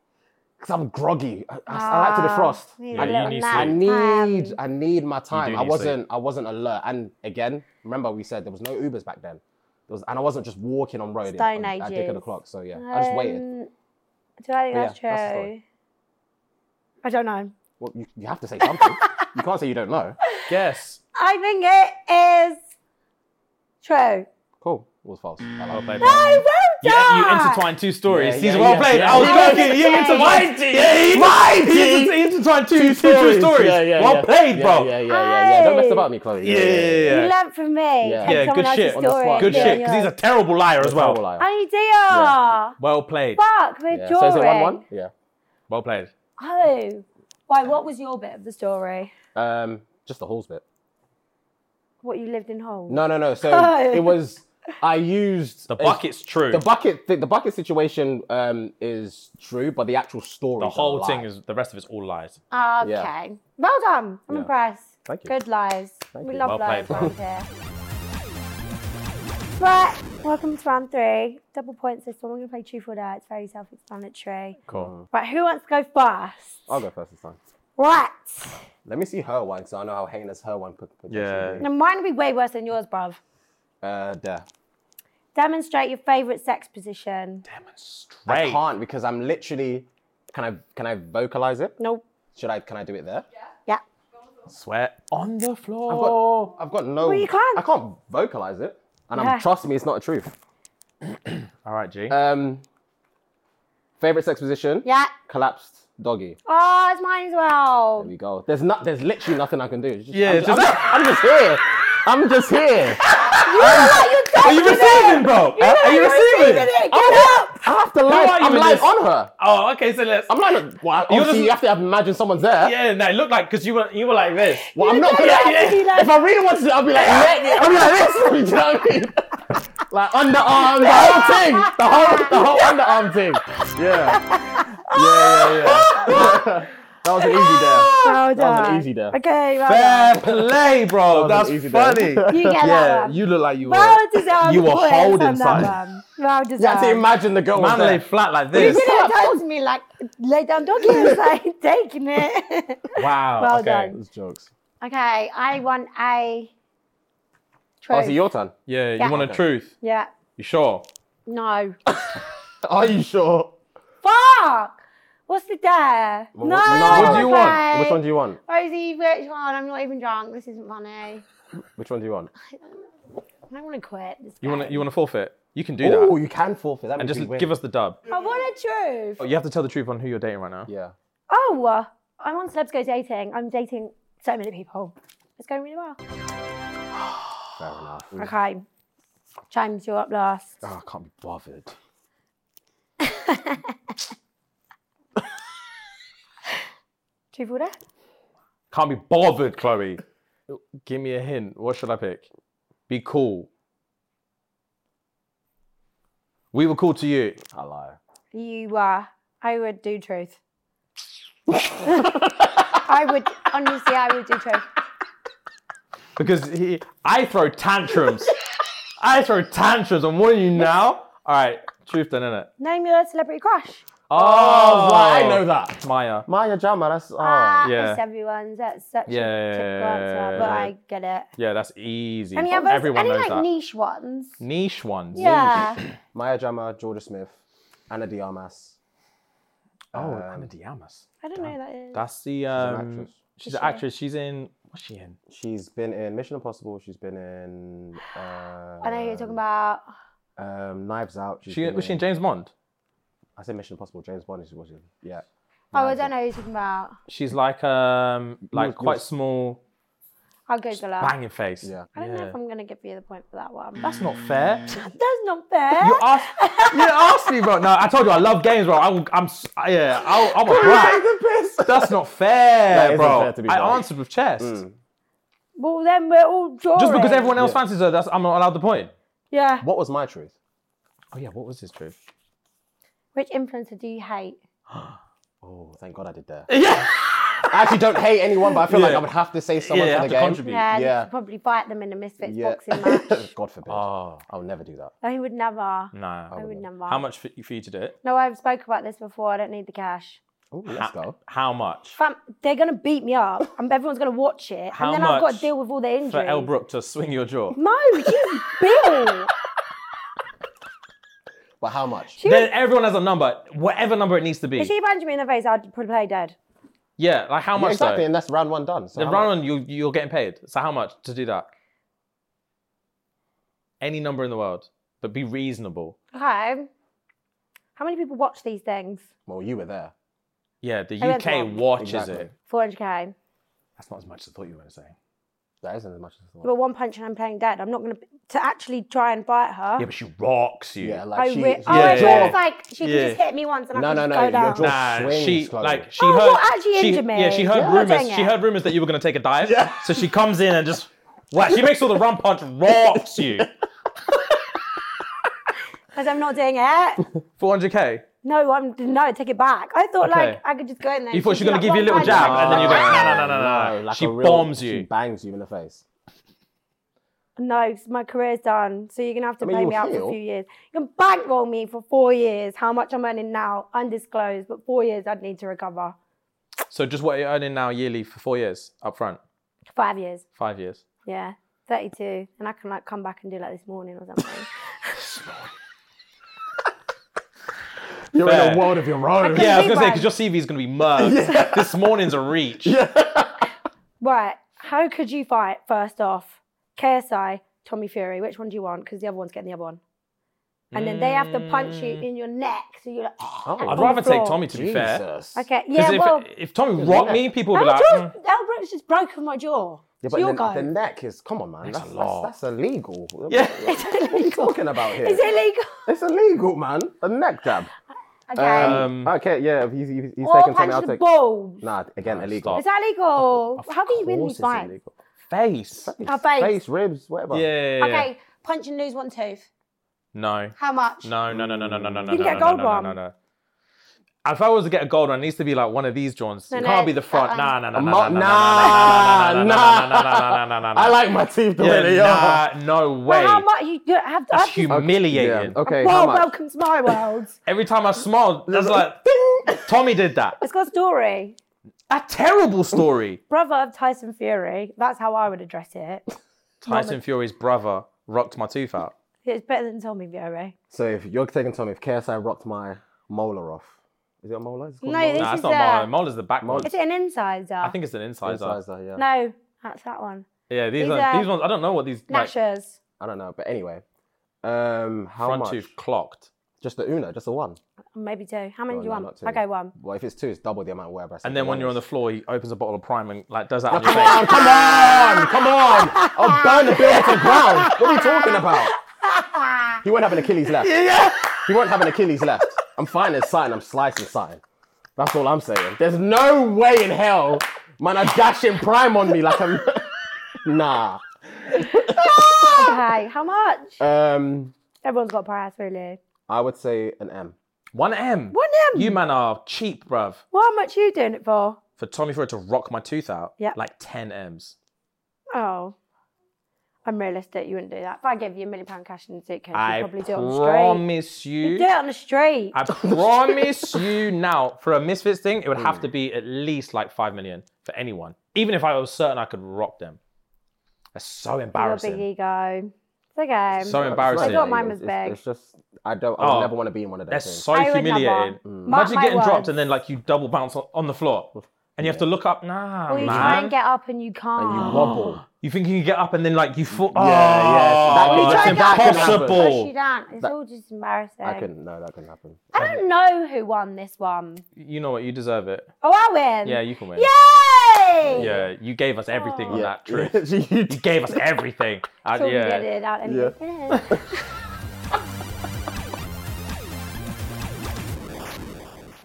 because I'm groggy. I, I, I like to defrost. Ah, need Yeah, a you little need I nap sleep. need time. I need my time. do I need wasn't I wasn't alert. And again, remember we said there was no Ubers back then. There was, and I wasn't just walking on road in- Stone on- at dick of the ages. clock. So yeah, I just waited. Um, Do I think But yeah, that's true? that's the story. I don't know. Well, you, you have to say something. you can't say you don't know. Guess. I think it is true. Cool. It was false. I Well lied. played, I man. wrote You, Oh, you intertwined two stories. Yeah, He's yeah, well yeah, played. yeah, I was yeah. joking. He Yeah. intertwined. Yeah, he Mighty! he inter- he intertwined two, two, two stories. true stories. Yeah, yeah, well yeah. played, bro. Yeah, yeah, yeah, yeah, yeah. Don't mess about me, Chloe. Yeah, yeah, yeah. You learned from me. Yeah. Take Yeah, someone good else's shit. On the story spot. and Good do Yeah, shit, yours. because he's a terrible liar as Terrible well. liar. I dear. Well played. Fuck, we're Yeah. drawing. So is it one one? Yeah. Well played. Oh. Why, what was your bit of the story? Um, just the halls bit. What, you lived in Hull? No, no, no. So Oh. it was. I used The it's- bucket's true. The bucket, the, the bucket situation um, is true, but the actual story. the whole thing is the rest of it's all lies. Ah, Okay. Well done. I'm Yeah. impressed. Thank you. Good lies. we you. love Well lies played. around here. Right, welcome to round three. Double points this one. We're going to play truth or dare. It's very self-explanatory. Mm. Cool. Right, who wants to go first? I'll go first this time. Right. Let me see her one, so I know how heinous her one could potentially Yeah. be. Now, mine will be way worse than yours, bruv. Uh, there. Demonstrate your favourite sex position. I Straight. can't because I'm literally. Can I can I vocalize it? Nope. Should I? Can I do it there? Yeah. Sweat on the I've floor. got, I've got no. Well, you can't. I can't vocalize it, and Yeah. I'm trust me, it's not a truth. All right, G. Um, favorite sex position? Yeah. Collapsed doggy. Oh, it's mine as well. There we go. There's not. There's literally nothing I can do. It's just- Yeah, I'm, it's just, just- I'm just- I'm just here. I'm just here. Are you receiving, bro? Uh, Are you receiving? I have, I have to lie. are you I'm in lying this? on her. Oh, okay. So let's. I'm lying. Well, obviously, just- you have to imagine someone's there. Yeah, no, it looked like because you were you were like this. Well, I'm not don't gonna. have to be like- If I really wanted to, I'd be like, yeah, I'd be like this. You know what I mean? Like underarm, the whole thing, the whole, the whole underarm thing. Yeah. Yeah, yeah, yeah. that was an easy dare. Well done. That was an easy dare. Okay, well Fair done. play, bro. That That's was an easy funny. dare. You get that yeah, one. you look like you were. well deserved. you were points holding on that one. Well deserved. You have to imagine the girl was Man lay there. flat like You this. could have told me like lay down doggy and was like taking it. Wow. Well okay. done. It was jokes. okay, I want a Oh, truth. is it your turn? Yeah, you Yeah. want a Okay. truth? yeah. You sure? No. Are you sure? Fuck! What's the dare? Well, no, what- I What don't do you wanna want? play. Which one do you want? Rosie, which one? I'm not even drunk. This isn't funny. Which one do you want? I want to quit. This You want to you want to forfeit? You can do Oh, that. you can forfeit. And That means just you win. give us the dub. I want a truth. Oh, you have to tell the truth on who you're dating right now. Yeah. Oh, uh, I'm on Celebs Go Dating. I'm dating so many people. It's going really well. Fair enough. Okay. James, you're up last. Oh, I can't be bothered. Truth or dare? Can't be bothered, Chloe. Give me a hint. What should I pick? Be cool. We were cool to you. I lie. You are. I would do truth. I would honestly, I would do truth. Because he, I throw tantrums. I throw tantrums. I'm warning you now. All right, truth then, innit? Name your celebrity crush. Oh, right, I know that. Maya. Maya Jama, that's oh. Ah, yeah. it's everyone's. That's such a Yeah, typical answer, but I get it. Yeah, that's easy. Any others? Everyone Any knows like that. niche ones? Niche ones. Yeah. Maya Jama, Georgia Smith, Anna Diarmas. Oh, Um, Ana Diamas. I don't know who that is. That's the. an Um, she's actress. Is an she? actress. She's in. What's she in? She's been in Mission Impossible. She's been in. Uh, I know who you're talking about. Oh, Um, Knives Out. she's uh, She been was she in James Bond? I said Mission Impossible. James Bond is was in. Yeah. Oh, I don't know who you're talking about. She's like um like was- you quite was- small, I'll Google her. banging face. Yeah. I don't know Yeah. if I'm going to give you the point for that one. That's not fair. That's not fair. You asked, you asked me, bro. No, I told you I love games, bro. I will, I'm, s- I- yeah, I'll, I'm a brat. That's not fair, That isn't bro. fair to be I fair. Mm. answered with chest. well, then we're all drawing. Just because everyone else Yeah. fancies her, that's I'm not allowed the point. Yeah. What was my truth? Oh yeah, what was his truth? Which influencer do you hate? Oh, thank God I did that. Yeah, I actually don't hate anyone, but I feel like Yeah. I would have to say someone yeah, for have the to game. contribute. Yeah, Yeah. you should probably fight them in a Misfits Yeah. boxing match. God forbid. Oh I'll never do that. No, he would never. nah. Oh, I would never. How much for, for you to do it? No, I've spoke about this before. I don't need the cash. Ooh, let's ho- go. How much Fam, they're gonna beat me up, and everyone's gonna watch it, How and then I've got to much deal with all the injuries. for El Brook to swing your jaw? No, she's Bill. But how much? She Then was, everyone has a number, whatever number it needs to be. if she banged me in the face, I'd probably play dead. Yeah, like how Yeah, much? exactly, Though? and that's round one done. So The how round much? one, you you're getting paid. So how much to do that? Any number in the world, but be reasonable. Okay. How many people watch these things? Well, you were there. Yeah, the I read UK one. watches Exactly. it. 400k. That's not as much as I thought you were going to say. That isn't as much as I thought. But one punch and I'm playing dead. I'm not gonna to actually try and bite her. Yeah, but she rocks you. Yeah, I like she, re- she- oh, I Yeah, thought it yeah, was like she yeah. could just hit me once and No, I could no, just no, go down. you're just- Nah, swings, she Chloe. like she Oh, heard. what actually she, injured me? Yeah, she heard Yeah. rumors. Dang She it. heard rumors that you were gonna take a dive. Yeah. So she comes in and just wow. She makes all the round punch rocks you. Because I'm not doing it. 400k. No, I'm no, take it back. I thought like Okay. I could just go in there. You and thought she'd she was gonna be give you a like, little one jab punch. and then you "Ah." go no no no no No, no. like she a real- bombs She you. bangs you in the face. No, 'cause my career's done. So you're gonna have to I mean, pay you'll me out for feel. a few years. You can bankroll me for four years. How much I'm earning now, undisclosed, but four years I'd need to recover. So just what you're earning now yearly for four years up front, Five years. five years. Yeah. 32. And I can like come back and do like this morning or something. You're in a Fair. world of your own. Okay. Yeah, I was gonna say Big because your CV is gonna be mugged. This morning's a reach. right. How could you fight first off? KSI, Tommy Fury. Which one do you want? Because the other one's getting the other one. And then they have to punch Hmm. you in your neck. So you're like, I'd Oh, rather take floor. Tommy to be fair. Jesus. okay, yeah, Because if, well, if Tommy rocked me, people would be El, like, Brook- "Mm, El Brook's just broken my jaw. Yeah, it's your but go. the, the neck is, come on, man. That's, that's, lot. that's illegal. Yeah. It's What are you illegal. talking about here? It's illegal. It's illegal, man. A neck jab. Okay. Um, okay, yeah, if he's, he's, he's or taking punch Tommy, I'll the take. balls. Nah, again, Nah, illegal. stop. Is that illegal? Of How can you win course these it's fights? illegal. face. Our face. Face, ribs, whatever. Yeah. Okay, punch and lose one tooth. No. How much? No, no, no, no, no, no, no, no. You can no, get a no, gold no, no, one. No, no, If I was to get a gold one, it needs to be like one of these drawings. No, it no, can't be the front. that Nah, one. nah, nah, I'm nah, nah, nah, nah, nah, not- nah, nah, nah, nah, nah, nah, nah, nah, nah, nah, I nah. like my teeth the Yeah, way they are. nah, no But way. how much? You don't have to. That's I've just- humiliating. Yeah, Okay, how Well, much? welcome to my world. Every time I smiled, that's like Tommy did that. it's got a story. A terrible story. Brother of Tyson Fury. That's how I would address it. Tyson Fury's brother rocked my tooth out. It's better than Tommy Fury. So if you're taking Tommy, if KSI rocked my molar off, is it a molar? Is it called No, molar? This Nah, is that's not a- Marlon. Marlon's the back one. Is it an insider? I think it's an insider. Incisor, yeah. No, that's that one. Yeah, these These are are- these ones. I don't know what these like, Nashers. I don't know, but anyway, um, how front much? tooth clocked. Just the uno, just the one. Maybe two. How many Oh, do you no, want? not two. Okay, one. Well, if it's two, it's double the amount of wear. but I said And then when one you're on the is- floor, he opens a bottle of prime and like does that on your come face. on, come on, come on! I'll burn the building to ground. What are you talking about? He won't have an Achilles left. He won't have an Achilles left. I'm finding sign. I'm slicing sign. That's all I'm saying. There's no way in hell, man. I dashing prime on me like I'm. nah. Okay, how much? Um, Everyone's got price, really. I would say an M. One M. One M. You man are cheap, bruv. Well, how much are you doing it for? For Tommy Fury to rock my tooth out, Yep. like ten M's. Oh. I'm realistic, you wouldn't do that. If I gave you a million pound cash in the suitcase, you'd I probably do it on the street. promise You'd you. do it on the street. I promise you now, for a Misfits thing, it would have Hmm. to be at least like five million for anyone. Even if I was certain I could rock them. That's so Your big embarrassing. ego. It's okay. So It's I embarrassing. not thought mine egos, was it's- big. It's, just I don't. I would Oh. never want to be in one of those. That's things. Mm. so I would humiliating. never. Mark Imagine my getting dropped words. and then like you double bounce on, on the floor. And you have to look up, nah, Or you man. try and get up and you can't. you wobble. You think you can get up and then like you fall. Yeah, yeah, that- Oh, You try and get up that's and then push you impossible. down. It's all just embarrassing. I couldn't. No, that couldn't happen. I don't know who won this one. You know what? You deserve it. Oh, I win. Yeah, you can win. Yay! Yeah, you gave us everything on Oh, that trip. you You gave us everything. Uh, Thought we yeah. get it out anyway.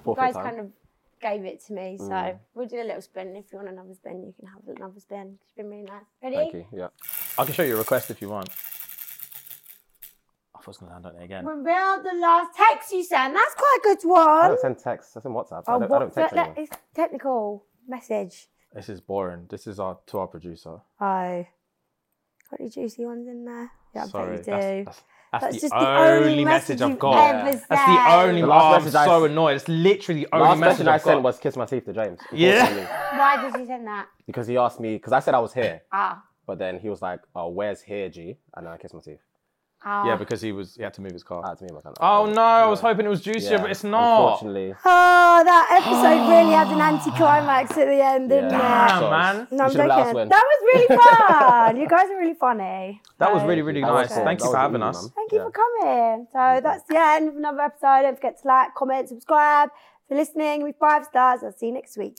You guys kind of gave it to me, so Mm. we'll do a little spin. If you want another spin, you can have another spin. It's been really nice. Ready? Thank you. Yeah. I can show you a request if you want. I was gonna land on it again. Reveal the last text you sent. That's quite a Oh, good one. I don't send texts. I send WhatsApp. I Oh, don't, I what- don't text that- anyone. It's technical message. This is boring. This is our to our producer. Oh. Got any juicy ones in there? Yeah, I bet Sorry. you do. that's- that's- That's, That's the, just the only only message message I've you've got. ever That's sent. the only. The oh, last I'm message I- so annoyed. It's literally the only Last message message I I've got. sent was kiss my teeth to James. Yeah. unfortunately, Why did you send that? Because he asked me, because I said I was here, Ah, but then he was like, oh, where's here, G? And then I kissed my teeth. ah. yeah, because he was. He had to move his car. Ah, to me, my kind oh no! I was hoping it was juicier, but it's not. Unfortunately. Oh, that episode really had an anticlimax at the end, didn't Yeah. it? Damn, So- man. No, I'm You should've let us joking. win. That was really fun. you guys are really funny. That was So, really, really That nice. was cool. Thank That you was for having easy, us. man. Thank you Yeah. for coming. So that's the end of another episode. Don't forget to like, comment, subscribe. If you're listening, leave five stars. I'll see you next week.